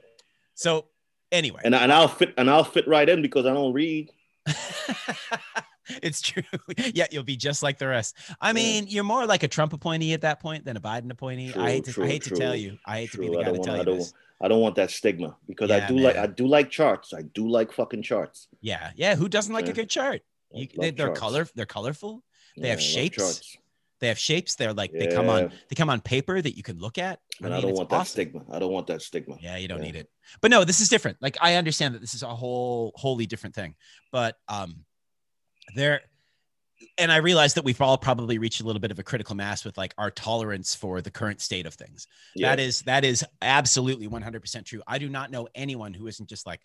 Speaker 1: So anyway,
Speaker 2: And, I- and I'll fit and I'll fit right in because I don't read.
Speaker 1: it's true. yeah, you'll be just like the rest. I mean, you're more like a Trump appointee at that point than a Biden appointee.
Speaker 2: True,
Speaker 1: I hate to,
Speaker 2: true,
Speaker 1: I hate
Speaker 2: true,
Speaker 1: to tell you. I hate to be
Speaker 2: True,
Speaker 1: the
Speaker 2: I
Speaker 1: guy
Speaker 2: don't
Speaker 1: to
Speaker 2: want-
Speaker 1: tell
Speaker 2: I
Speaker 1: you
Speaker 2: don't
Speaker 1: this.
Speaker 2: I don't want that stigma because I
Speaker 1: Yeah,
Speaker 2: do like
Speaker 1: man.
Speaker 2: I do like charts. I do like fucking charts.
Speaker 1: Yeah, yeah. Who doesn't like a
Speaker 2: Yeah.
Speaker 1: good chart? You,
Speaker 2: I
Speaker 1: they,
Speaker 2: love
Speaker 1: they're
Speaker 2: charts.
Speaker 1: color. They're colorful. They have
Speaker 2: I love
Speaker 1: shapes.
Speaker 2: charts.
Speaker 1: They have shapes. They're like they come on.
Speaker 2: Yeah.
Speaker 1: They come on paper that you can look at.
Speaker 2: And I, don't
Speaker 1: it's
Speaker 2: want that
Speaker 1: awesome.
Speaker 2: stigma. I don't want that stigma.
Speaker 1: Yeah, you don't
Speaker 2: Yeah.
Speaker 1: need it. But no, this is different. Like I understand that this is a whole wholly different thing. But um there and I realize that we've all probably reached a little bit of a critical mass with like our tolerance for the current state of things. That is that is absolutely 100% true. I do not know anyone who isn't just like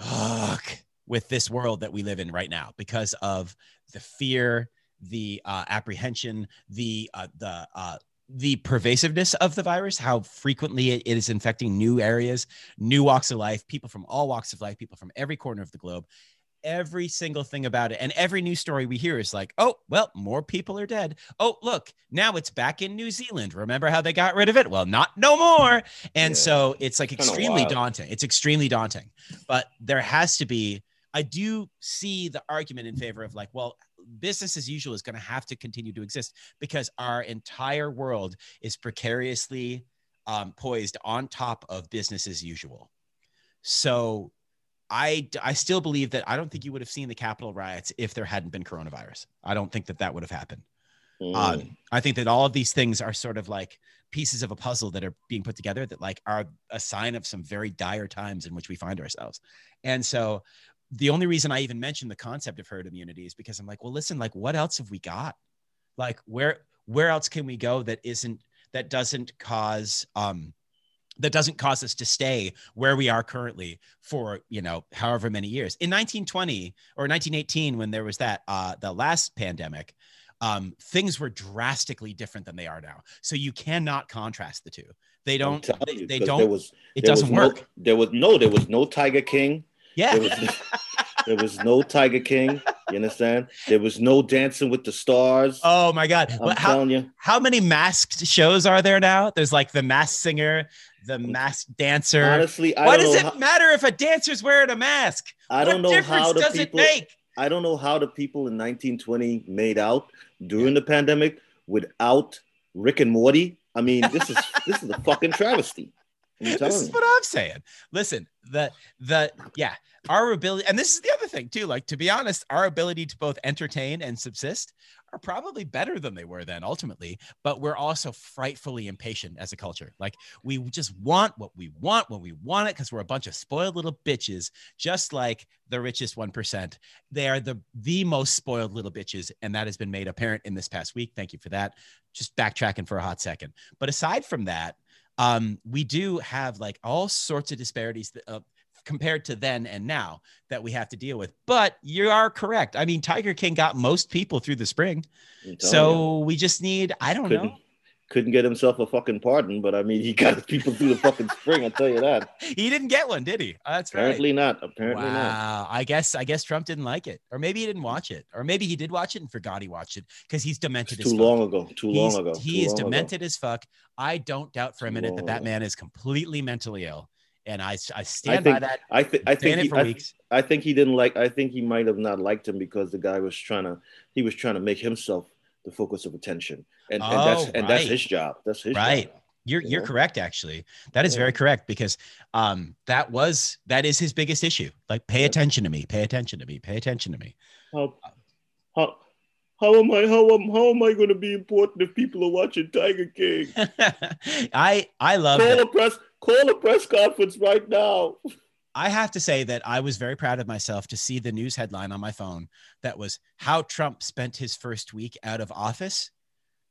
Speaker 1: fuck with this world that we live in right now because of the fear, the uh, apprehension, the uh, the uh, the pervasiveness of the virus, how frequently it- it is infecting new areas, new walks of life, people from all walks of life, people from every corner of the globe. Every single thing about it, and every news story we hear is like, "Oh, well, more people are dead." Oh, look, now it's back in New Zealand. Remember how they got rid of it? Well, not no more. And
Speaker 2: Yeah.
Speaker 1: so it's like
Speaker 2: Kinda
Speaker 1: extremely
Speaker 2: wild.
Speaker 1: daunting. It's extremely daunting, but there has to be. I do see the argument in favor of like, well, business as usual is going to have to continue to exist because our entire world is precariously um, poised on top of business as usual. So I, I still believe that I don't think you would have seen the Capitol riots if there hadn't been coronavirus. I don't think that that would have happened.
Speaker 2: Mm.
Speaker 1: Um, I think that all of these things are sort of like pieces of a puzzle that are being put together that like are a sign of some very dire times in which we find ourselves. And so the only reason I even mentioned the concept of herd immunity is because I'm like, well, listen, like what else have we got? Like where where else can we go that isn't that doesn't cause um that doesn't cause us to stay where we are currently for you know however many years in 1920 or 1918 when there was that uh the last pandemic um things were drastically different than they are now so you cannot contrast the two they
Speaker 2: I'm
Speaker 1: don't
Speaker 2: telling
Speaker 1: they,
Speaker 2: you,
Speaker 1: they
Speaker 2: 'cause There
Speaker 1: don't
Speaker 2: was,
Speaker 1: it
Speaker 2: there was
Speaker 1: doesn't
Speaker 2: no-
Speaker 1: work
Speaker 2: there was no. There was no Tiger King. There
Speaker 1: yeah
Speaker 2: was, there was no Tiger King. You understand? There was no Dancing with the Stars.
Speaker 1: oh my god
Speaker 2: I'm
Speaker 1: Well, how,
Speaker 2: telling you.
Speaker 1: how many masked shows are there now there's like the masked singer the masked dancer
Speaker 2: Honestly, Mm. I
Speaker 1: why
Speaker 2: don't
Speaker 1: does
Speaker 2: know.
Speaker 1: it
Speaker 2: how-
Speaker 1: matter if a dancer's wearing a mask
Speaker 2: I
Speaker 1: what
Speaker 2: don't know
Speaker 1: difference
Speaker 2: how the
Speaker 1: does
Speaker 2: people.
Speaker 1: it make
Speaker 2: I don't know how the people in 1920 made out during the pandemic without Rick and Morty. I mean, this is this is a fucking travesty. I'm
Speaker 1: this
Speaker 2: telling
Speaker 1: is
Speaker 2: you.
Speaker 1: what I'm saying. Listen, the the yeah, our ability, and this is the other thing too. Like to be honest, our ability to both entertain and subsist are probably better than they were then ultimately. But we're also frightfully impatient as a culture. Like we just want what we want when we want it because we're a bunch of spoiled little bitches, just like the richest one percent. They are the the most spoiled little bitches, and that has been made apparent in this past week. Thank you for that. Just backtracking for a hot second. But aside from that, um, we do have like all sorts of disparities that, uh, compared to then and now that we have to deal with. But you are correct. I mean, Tiger King got most people through the spring,
Speaker 2: I'm telling you.
Speaker 1: so we just need I don't
Speaker 2: Oh, couldn't
Speaker 1: know.
Speaker 2: couldn't get himself a fucking pardon, but I mean, he got his people through the fucking spring. I tell you that.
Speaker 1: He didn't get one, did he? Uh, that's right.
Speaker 2: Apparently not. Apparently not.
Speaker 1: wow. I guess I guess Trump didn't like it, or maybe he didn't watch it, or maybe he did watch it and forgot he watched it because he's
Speaker 2: It's
Speaker 1: demented. as
Speaker 2: too
Speaker 1: fuck.
Speaker 2: long ago. Too long
Speaker 1: He's-
Speaker 2: ago.
Speaker 1: He
Speaker 2: too
Speaker 1: is
Speaker 2: long ago.
Speaker 1: demented as fuck. I don't doubt for a
Speaker 2: Too
Speaker 1: minute that
Speaker 2: long
Speaker 1: that
Speaker 2: ago.
Speaker 1: man is completely mentally ill, and I I stand by
Speaker 2: think-
Speaker 1: that.
Speaker 2: I think I think
Speaker 1: Stand it
Speaker 2: he,
Speaker 1: for
Speaker 2: I,
Speaker 1: weeks.
Speaker 2: I think he didn't like. I think he might have not liked him because the guy was trying to. He was trying to make himself the focus of attention. And,
Speaker 1: Oh,
Speaker 2: and that's and that's
Speaker 1: right.
Speaker 2: his job. That's his
Speaker 1: Right.
Speaker 2: job.
Speaker 1: You're
Speaker 2: You
Speaker 1: you're
Speaker 2: know?
Speaker 1: correct actually. That is
Speaker 2: Yeah.
Speaker 1: very correct because um that was that is his biggest issue. Like pay
Speaker 2: Yep.
Speaker 1: attention to me, pay attention to me, pay attention to me.
Speaker 2: How how how am I how am how am I gonna be important if people are watching Tiger King?
Speaker 1: I I love
Speaker 2: Call
Speaker 1: that.
Speaker 2: a press call a press conference right now.
Speaker 1: I have to say that I was very proud of myself to see the news headline on my phone that was how Trump spent his first week out of office.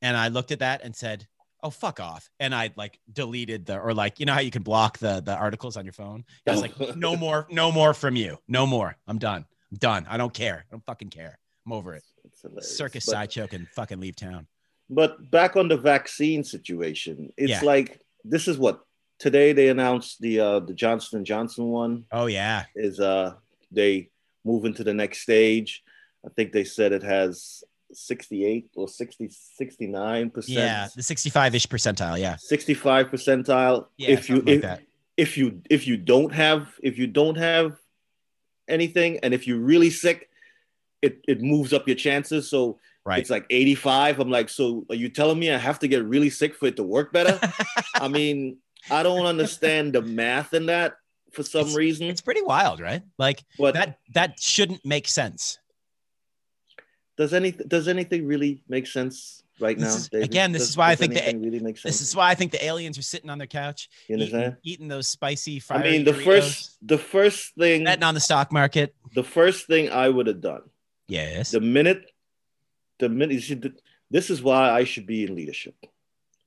Speaker 1: And I looked at that and said, "Oh fuck off!" And I like deleted the or like you know how you can block the the articles on your phone. I was like, "No more, no more from you, no more. I'm done. I'm done. I don't care. I don't fucking care. I'm over it.
Speaker 2: It's hilarious.
Speaker 1: Circus
Speaker 2: But-
Speaker 1: sideshow can fucking leave town."
Speaker 2: But back on the vaccine situation, it's
Speaker 1: Yeah.
Speaker 2: like this is what today they announced the uh, the Johnson and Johnson one
Speaker 1: Oh yeah,
Speaker 2: is uh they move into the next stage. I think they said it has 68 or 60 69 percent.
Speaker 1: yeah. The 65-ish percentile. Yeah,
Speaker 2: 65 percentile
Speaker 1: yeah.
Speaker 2: if you
Speaker 1: something
Speaker 2: if, if you if you don't have if you don't have anything and if you're really sick it, it moves up your chances so
Speaker 1: Right.
Speaker 2: it's like 85 i'm like so are you telling me i have to get really sick for it to work better i mean i don't understand the math in that for some reason
Speaker 1: it's pretty wild, right? Like
Speaker 2: but
Speaker 1: that that shouldn't make sense.
Speaker 2: does any does anything really make sense right
Speaker 1: This
Speaker 2: now
Speaker 1: is-
Speaker 2: David?
Speaker 1: again, this
Speaker 2: Does-
Speaker 1: is why I
Speaker 2: does
Speaker 1: think the-
Speaker 2: anything really makes sense
Speaker 1: This is why I think the aliens are sitting on their couch
Speaker 2: you understand
Speaker 1: eating, eating those spicy
Speaker 2: i
Speaker 1: fried.
Speaker 2: mean the
Speaker 1: Doritos,
Speaker 2: first the first thing
Speaker 1: betting on the stock market.
Speaker 2: the first thing i would have done
Speaker 1: Yes.
Speaker 2: the minute the minute you see, th- this is why i should be in leadership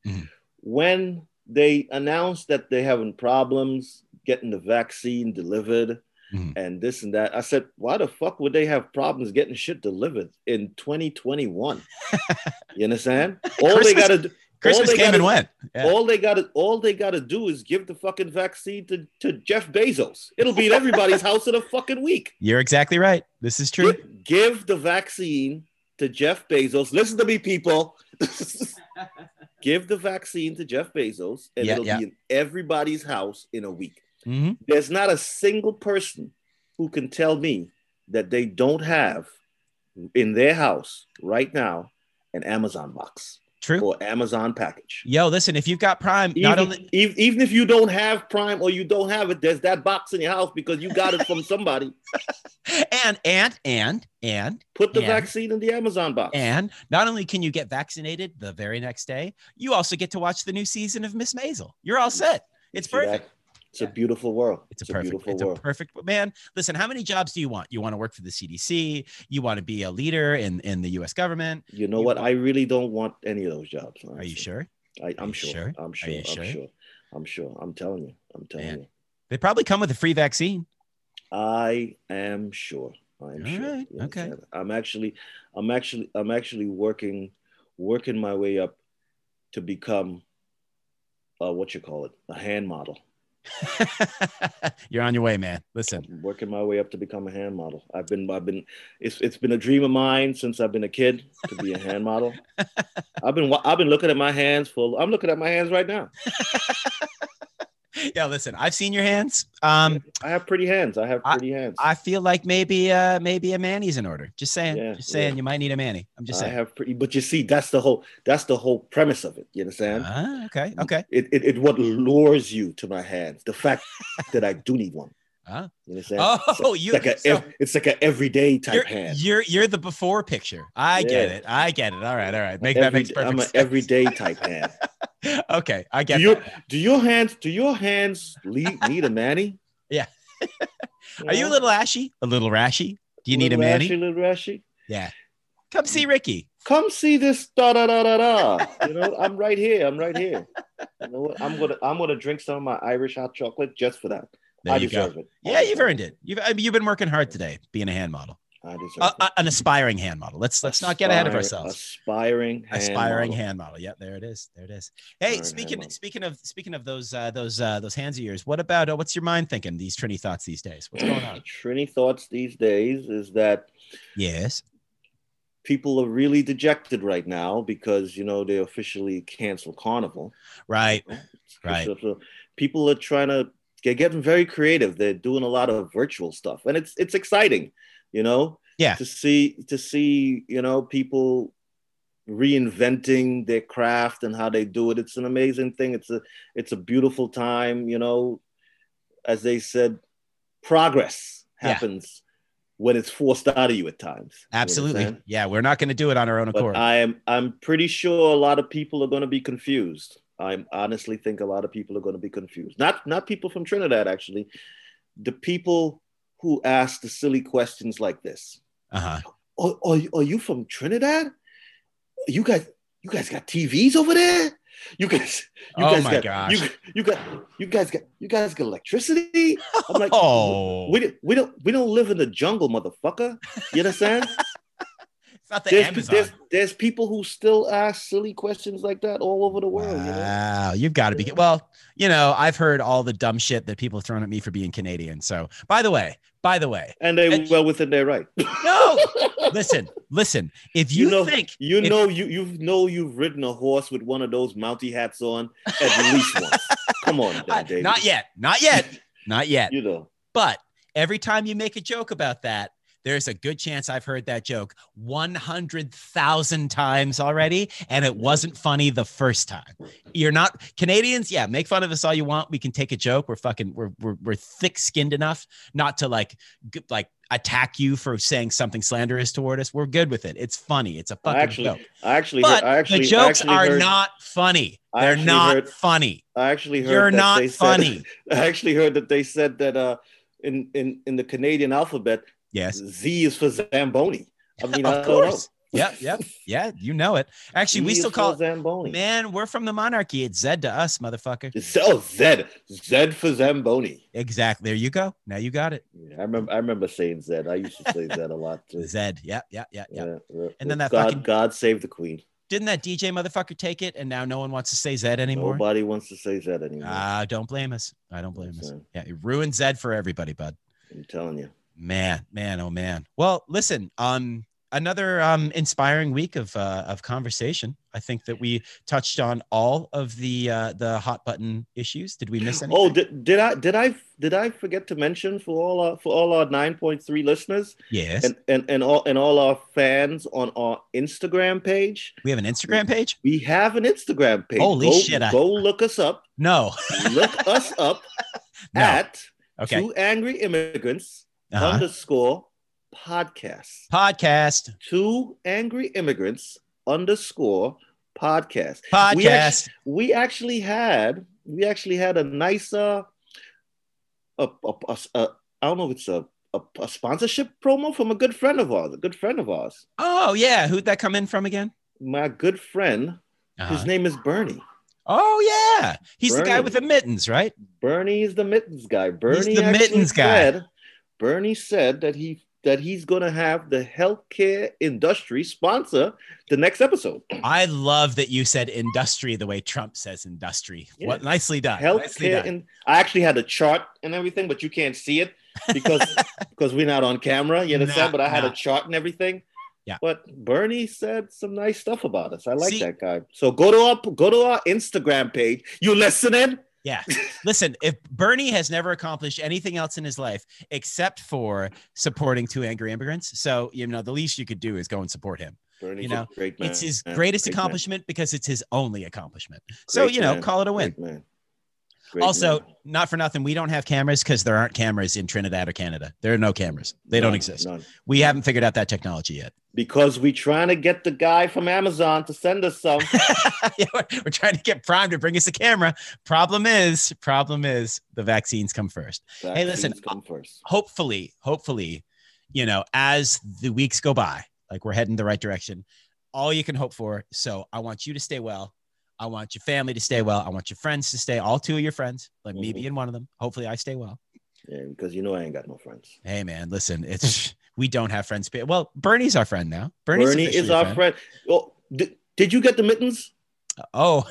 Speaker 1: Mhm.
Speaker 2: when they announce that they're having problems getting the vaccine delivered
Speaker 1: Mhm.
Speaker 2: and this and that i said why the fuck would they have problems getting shit delivered in 2021 you understand all they
Speaker 1: Christmas-
Speaker 2: gotta do
Speaker 1: Christmas
Speaker 2: they
Speaker 1: came
Speaker 2: gotta-
Speaker 1: and went. Yeah.
Speaker 2: all they gotta all they gotta do is give the fucking vaccine to, to jeff bezos it'll be in everybody's house in a fucking week
Speaker 1: You're exactly right. This is true.
Speaker 2: Give, give the vaccine to Jeff Bezos. Listen to me, people. give the vaccine to Jeff Bezos, and
Speaker 1: Yeah,
Speaker 2: it'll
Speaker 1: yeah.
Speaker 2: be in everybody's house in a week.
Speaker 1: Mhm.
Speaker 2: There's not a single person who can tell me that they don't have in their house right now an Amazon box
Speaker 1: True.
Speaker 2: or Amazon package.
Speaker 1: Yo, listen. If you've got Prime,
Speaker 2: Even,
Speaker 1: not only
Speaker 2: ev- even if you don't have Prime or you don't have it, there's that box in your house because you got it from somebody.
Speaker 1: and and and and
Speaker 2: Put the
Speaker 1: Yeah.
Speaker 2: vaccine in the Amazon box.
Speaker 1: and not only can you get vaccinated the very next day, you also get to watch the new season of Miss Maisel. You're all set. It's
Speaker 2: See that?
Speaker 1: perfect.
Speaker 2: It's a beautiful world.
Speaker 1: It's a perfect,
Speaker 2: beautiful
Speaker 1: it's a
Speaker 2: world.
Speaker 1: perfect man. Listen, how many jobs do you want? You want to work for the CDC? You want to be a leader in in the U.S. government?
Speaker 2: you know
Speaker 1: you
Speaker 2: what? I really don't want any of those jobs.
Speaker 1: Are you
Speaker 2: honestly.
Speaker 1: sure?
Speaker 2: I,
Speaker 1: Are
Speaker 2: I'm
Speaker 1: you
Speaker 2: sure.
Speaker 1: sure?
Speaker 2: I'm sure.
Speaker 1: you
Speaker 2: I'm
Speaker 1: sure?
Speaker 2: sure? I'm sure. I'm telling you. I'm telling
Speaker 1: Man.
Speaker 2: you.
Speaker 1: They probably come with a free vaccine.
Speaker 2: I am sure. I am
Speaker 1: All
Speaker 2: sure.
Speaker 1: right,
Speaker 2: You
Speaker 1: okay.
Speaker 2: understand? I'm actually, I'm actually, I'm actually working, working my way up to become, uh, what you call it, a hand model.
Speaker 1: You're on your way, man. Listen,
Speaker 2: I'm working my way up to become a hand model. I've been, I've been, it's it's been a dream of mine since I've been a kid to be a hand model. I've been, wa- I've been looking at my hands for. I'm looking at my hands right now.
Speaker 1: yeah, listen. I've seen your hands. Um,
Speaker 2: I have pretty hands. I have
Speaker 1: I-
Speaker 2: pretty hands. I,
Speaker 1: I feel like maybe uh maybe a manny's in order. Just saying.
Speaker 2: Yeah,
Speaker 1: just saying.
Speaker 2: yeah.
Speaker 1: You might need a manny. I'm just saying.
Speaker 2: have pretty, but you see, that's the whole that's the whole premise of it. You understand?
Speaker 1: Ah, okay. Okay.
Speaker 2: It, it it what lures you to my hands. The fact that I do need one.
Speaker 1: Ah.
Speaker 2: You understand? It's
Speaker 1: Oh,
Speaker 2: like-
Speaker 1: you.
Speaker 2: like a,
Speaker 1: so
Speaker 2: ev- it's like an everyday type
Speaker 1: you're,
Speaker 2: hand.
Speaker 1: you're you're the before picture. I get
Speaker 2: Yeah.
Speaker 1: it. I get it. All right. All right. Make that
Speaker 2: Every-
Speaker 1: makes perfect
Speaker 2: I'm an
Speaker 1: sense.
Speaker 2: everyday type hand.
Speaker 1: okay. I get
Speaker 2: Do
Speaker 1: it.
Speaker 2: your do your hands do your hands lead, need a manny?
Speaker 1: Yeah.
Speaker 2: You
Speaker 1: Are you a
Speaker 2: know?
Speaker 1: little ashy? A little rashy? Do you need a
Speaker 2: Little
Speaker 1: manny?
Speaker 2: rashy, little rashy?
Speaker 1: Come see Ricky.
Speaker 2: come see this da da da da da. You know, I'm right here. I'm right here. You know what? I'm gonna I'm gonna drink some of my Irish hot chocolate just for that.
Speaker 1: There
Speaker 2: I
Speaker 1: you go.
Speaker 2: deserve it. I
Speaker 1: Yeah, you've
Speaker 2: deserve
Speaker 1: earned it. You've I mean, you've been working hard today, being a hand model,
Speaker 2: I deserve
Speaker 1: Uh,
Speaker 2: it.
Speaker 1: uh, an aspiring hand model. Let's let's not get ahead of
Speaker 2: Aspire-
Speaker 1: ourselves.
Speaker 2: Aspiring, hand
Speaker 1: Aspiring
Speaker 2: model.
Speaker 1: hand model. Yeah, there it is. There it is. Hey,
Speaker 2: Aspiring hand
Speaker 1: speaking
Speaker 2: model.
Speaker 1: speaking of speaking of those uh, those uh, those hands of yours, what about uh, what's your mind thinking? These Trini thoughts these days. What's going on?
Speaker 2: Trini thoughts these days is that
Speaker 1: yes.
Speaker 2: people are really dejected right now because you know they officially canceled Carnival.
Speaker 1: Right. Right.
Speaker 2: Oh, So- so people are trying to they're getting very creative. They're doing a lot of virtual stuff, and it's it's exciting, you know.
Speaker 1: Yeah.
Speaker 2: To see to see you know people reinventing their craft and how they do it. It's an amazing thing. It's a it's a beautiful time, you know. As they said, progress
Speaker 1: Yeah.
Speaker 2: happens when it's forced out of you at times. You
Speaker 1: Absolutely.
Speaker 2: understand?
Speaker 1: Yeah, we're not going to do it on our own accord.
Speaker 2: But I am I'm pretty sure a lot of people are going to be confused. I honestly think a lot of people are going to be confused. Not not people from Trinidad actually. The people who ask the silly questions like this
Speaker 1: uh-huh.
Speaker 2: are, are, you- are you from Trinidad? You guys, you guys got TVs over there? You guys, you
Speaker 1: Oh
Speaker 2: guys
Speaker 1: my
Speaker 2: got,
Speaker 1: gosh.
Speaker 2: You, you got, you guys got, you guys got electricity. I'm like,
Speaker 1: Oh.
Speaker 2: we, don't- we don't, we don't live in the jungle, motherfucker. You understand?
Speaker 1: it's not the
Speaker 2: there's,
Speaker 1: Amazon.
Speaker 2: there's, there's people who still ask silly questions like that all over the world. You know?
Speaker 1: Wow, you've got to be well. You know, I've heard all the dumb shit that people have thrown at me for being Canadian. So, by the way, by the way,
Speaker 2: And they
Speaker 1: And-
Speaker 2: well within their right.
Speaker 1: no, listen, listen. If you,
Speaker 2: You know-
Speaker 1: think
Speaker 2: You
Speaker 1: If-
Speaker 2: know, you you know, you've ridden a horse with one of those mounty hats on at least once. Come on,
Speaker 1: I-
Speaker 2: David.
Speaker 1: Uh, not yet, not yet, not yet.
Speaker 2: You know.
Speaker 1: But every time you make a joke about that, there's a good chance I've heard that joke 100,000 times already, and it wasn't funny the first time. You're not Canadians. Yeah, make fun of us all you want. We can take a joke. We're fucking, we're, we're, we're thick skinned enough not to like, g- like, attack you for saying something slanderous toward us. We're good with it. It's funny. It's a
Speaker 2: I
Speaker 1: fucking
Speaker 2: actually,
Speaker 1: joke.
Speaker 2: I actually,
Speaker 1: But
Speaker 2: heard, I actually,
Speaker 1: the jokes
Speaker 2: I actually
Speaker 1: are
Speaker 2: heard,
Speaker 1: not funny.
Speaker 2: I
Speaker 1: They're
Speaker 2: actually
Speaker 1: not
Speaker 2: heard-
Speaker 1: funny.
Speaker 2: I actually heard
Speaker 1: You're
Speaker 2: that
Speaker 1: not
Speaker 2: they said-
Speaker 1: funny.
Speaker 2: I actually heard that they said that uh, in in in the Canadian alphabet,
Speaker 1: Yes.
Speaker 2: Z is for Zamboni. I mean, I
Speaker 1: Of
Speaker 2: don't
Speaker 1: course.
Speaker 2: know.
Speaker 1: Yep. Yep. Yeah. You know it. Actually, we
Speaker 2: Z
Speaker 1: still
Speaker 2: is
Speaker 1: call
Speaker 2: for
Speaker 1: it
Speaker 2: Zamboni.
Speaker 1: Man, we're from the monarchy. It's Zed to us, motherfucker.
Speaker 2: It's- oh, Z, Z for Zamboni.
Speaker 1: Exactly. There you go. Now you got it.
Speaker 2: Yeah, I remember, I remember saying Z. I used to say Z a lot too.
Speaker 1: Zed. Yeah, yeah, yeah, yeah.
Speaker 2: Yeah, yeah. uh,
Speaker 1: And then that
Speaker 2: God,
Speaker 1: fucking-
Speaker 2: God save the Queen.
Speaker 1: Didn't that DJ motherfucker take it? And now no one wants to say Zed anymore.
Speaker 2: Nobody wants to say Z anymore.
Speaker 1: Ah, don't blame us. I don't blame us.
Speaker 2: Understand.
Speaker 1: Yeah, it ruined Zed for everybody, bud.
Speaker 2: I'm telling you.
Speaker 1: Man, man, oh man. Well, listen. Um, another um inspiring week of uh, of conversation. I think that we touched on all of the uh, the hot button issues. Did we miss anything?
Speaker 2: Oh, did, did I did I did I forget to mention for all our for all our 9.3 listeners?
Speaker 1: yes.
Speaker 2: and, and and all and all our fans on our Instagram page.
Speaker 1: we have an Instagram page.
Speaker 2: We have an Instagram page.
Speaker 1: Holy
Speaker 2: go,
Speaker 1: shit, I-
Speaker 2: Go look us up.
Speaker 1: No.
Speaker 2: Look us up
Speaker 1: No.
Speaker 2: at
Speaker 1: Okay.
Speaker 2: Two Angry Immigrants
Speaker 1: Uh-huh.
Speaker 2: underscore podcast.
Speaker 1: Podcast.
Speaker 2: Two Angry Immigrants underscore podcast.
Speaker 1: podcast.
Speaker 2: We actually, we actually had we actually had a nice uh a, a, a, a I don't know if it's a, a a sponsorship promo from a good friend of ours, a good friend of ours.
Speaker 1: oh yeah, who'd that come in from again?
Speaker 2: my good friend, his
Speaker 1: Uh-huh.
Speaker 2: name is Bernie.
Speaker 1: Oh yeah, he's the guy
Speaker 2: Bernie.
Speaker 1: with the mittens, right?
Speaker 2: Bernie is the mittens guy. Bernie
Speaker 1: the
Speaker 2: actually
Speaker 1: mittens guy.
Speaker 2: Said, Bernie said that he that he's gonna have the healthcare industry sponsor the next episode.
Speaker 1: I love that you said industry the way Trump says industry.
Speaker 2: Yeah.
Speaker 1: What nicely done. Nicely
Speaker 2: Healthcare,
Speaker 1: done.
Speaker 2: and I actually had a chart and everything, but you can't see it because because we're not on camera. You understand?
Speaker 1: Nah,
Speaker 2: but I had
Speaker 1: nah.
Speaker 2: a chart and everything.
Speaker 1: Yeah.
Speaker 2: But Bernie said some nice stuff about us. I like
Speaker 1: See-
Speaker 2: that guy. So go to our go to our Instagram page. You listening?
Speaker 1: Yeah. Listen, if Bernie has never accomplished anything else in his life except for supporting two angry immigrants, so you know the least you could do is go and support him.
Speaker 2: Bernie's
Speaker 1: You
Speaker 2: a
Speaker 1: know,
Speaker 2: great man.
Speaker 1: it's his
Speaker 2: man,
Speaker 1: greatest
Speaker 2: great man.
Speaker 1: accomplishment because it's his only accomplishment. so
Speaker 2: Great
Speaker 1: you know,
Speaker 2: man.
Speaker 1: call it a win.
Speaker 2: Great man. Great
Speaker 1: also,
Speaker 2: man.
Speaker 1: not for nothing, we don't have cameras because there aren't cameras in Trinidad or Canada. There are no cameras. They don't
Speaker 2: None,
Speaker 1: exist.
Speaker 2: none.
Speaker 1: We haven't figured out that technology yet.
Speaker 2: Because we trying to get the guy from Amazon to send us some.
Speaker 1: Yeah, we're, we're trying to get Prime to bring us a camera. Problem is, problem is, the vaccines come first.
Speaker 2: hey,
Speaker 1: listen,
Speaker 2: Come first.
Speaker 1: Hopefully, hopefully, you know, as the weeks go by, like we're heading the right direction. All you can hope for. So I want you to stay well. I want your family to stay well. I want your friends to stay. All two of your friends, like me
Speaker 2: Mhm.
Speaker 1: being one of them. Hopefully, I stay well.
Speaker 2: Yeah, because you know I ain't got no friends.
Speaker 1: Hey man, listen, it's we don't have friends. Well, Bernie's our friend now. Bernie's
Speaker 2: Bernie
Speaker 1: officially
Speaker 2: is
Speaker 1: a
Speaker 2: our friend. Oh, did, did you get the mittens?
Speaker 1: Oh,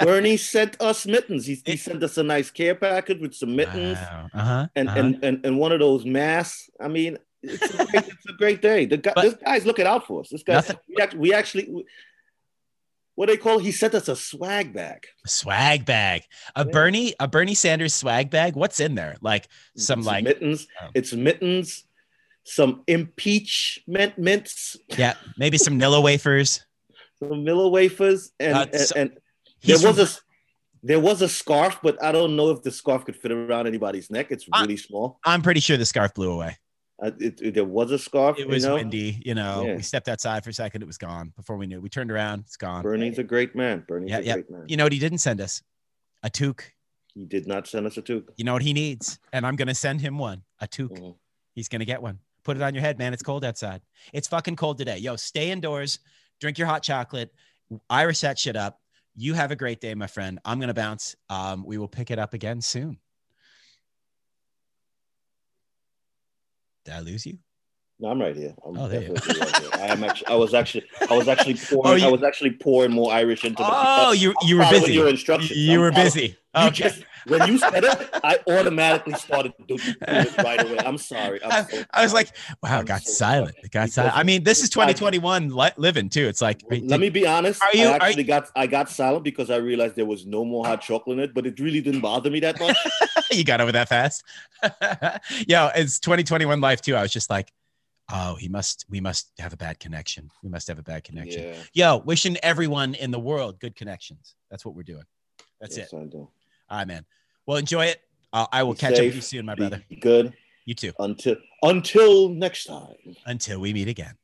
Speaker 2: Bernie sent us mittens. He, he
Speaker 1: It-
Speaker 2: sent us a nice care package with some mittens
Speaker 1: Wow. Uh-huh.
Speaker 2: and,
Speaker 1: uh-huh.
Speaker 2: and, and, and one of those masks. I mean, it's a great, it's a great day. The guy,
Speaker 1: But-
Speaker 2: this guy's looking out for us. This guy,
Speaker 1: Nothing-
Speaker 2: we actually, we actually, what they call, he sent us a swag bag.
Speaker 1: swag bag. A
Speaker 2: Yeah.
Speaker 1: Bernie, a Bernie Sanders swag bag. What's in there? Like some
Speaker 2: It's
Speaker 1: like
Speaker 2: mittens.
Speaker 1: Oh.
Speaker 2: It's mittens, some impeachment mints,
Speaker 1: yeah, maybe some Nilla wafers.
Speaker 2: the Miller wafers and
Speaker 1: That's-
Speaker 2: and, and there
Speaker 1: He's
Speaker 2: was
Speaker 1: from-
Speaker 2: a there was a scarf, but I don't know if the scarf could fit around anybody's neck. It's
Speaker 1: I-
Speaker 2: really small.
Speaker 1: I'm pretty sure the scarf blew away.
Speaker 2: Uh, it, it- there was a scarf.
Speaker 1: It was
Speaker 2: you know?
Speaker 1: windy. You know,
Speaker 2: Yeah.
Speaker 1: we stepped outside for a second. It was gone. Before we knew, we turned around. It's gone.
Speaker 2: Bernie's a great man. Bernie's
Speaker 1: Yeah,
Speaker 2: a
Speaker 1: yeah.
Speaker 2: great man.
Speaker 1: You know what he didn't send us? A toque.
Speaker 2: He did not send us a toque.
Speaker 1: You know what he needs? And I'm gonna send him one. A toque.
Speaker 2: Mhm.
Speaker 1: He's gonna get one. Put it on your head, man. It's cold outside. It's fucking cold today. Yo, stay indoors. Drink your hot chocolate. Iris that shit up. You have a great day, my friend. I'm gonna bounce. Um, we will pick it up again soon. Did I lose you?
Speaker 2: No, I'm right here. I'm
Speaker 1: Oh, there you are.
Speaker 2: definitely right here. I am actually. I was actually. I was actually pouring.
Speaker 1: you-
Speaker 2: I was actually pouring more Irish into. the-
Speaker 1: Oh, you you were
Speaker 2: following
Speaker 1: busy.
Speaker 2: Your instructions.
Speaker 1: You
Speaker 2: I'm
Speaker 1: were
Speaker 2: following-
Speaker 1: busy.
Speaker 2: You
Speaker 1: Okay.
Speaker 2: just- when you said it, I automatically started doing it right away. I'm sorry. I'm so
Speaker 1: I was
Speaker 2: sorry.
Speaker 1: like, wow, it
Speaker 2: I'm
Speaker 1: got
Speaker 2: so
Speaker 1: silent. It got
Speaker 2: Because
Speaker 1: silent. I mean, this is
Speaker 2: it's like-
Speaker 1: 2021 li- living too. It's like,
Speaker 2: Let me be honest.
Speaker 1: Are you-
Speaker 2: I
Speaker 1: are
Speaker 2: actually got I got silent because I realized there was no more hot chocolate in it, but it really didn't bother me that much.
Speaker 1: you got over that fast. Yo, it's 2021 life too. I was just like, oh, he must, we must have a bad connection. We must have a bad connection.
Speaker 2: Yeah,
Speaker 1: Yo, wishing everyone in the world good connections. That's what we're doing. That's
Speaker 2: yes,
Speaker 1: it.
Speaker 2: I do.
Speaker 1: All right, man. Well, enjoy it. Uh, I will
Speaker 2: Be
Speaker 1: catch up with
Speaker 2: safe.
Speaker 1: you soon, my
Speaker 2: Be
Speaker 1: brother.
Speaker 2: Good
Speaker 1: You too.
Speaker 2: until until next time.
Speaker 1: Until we meet again.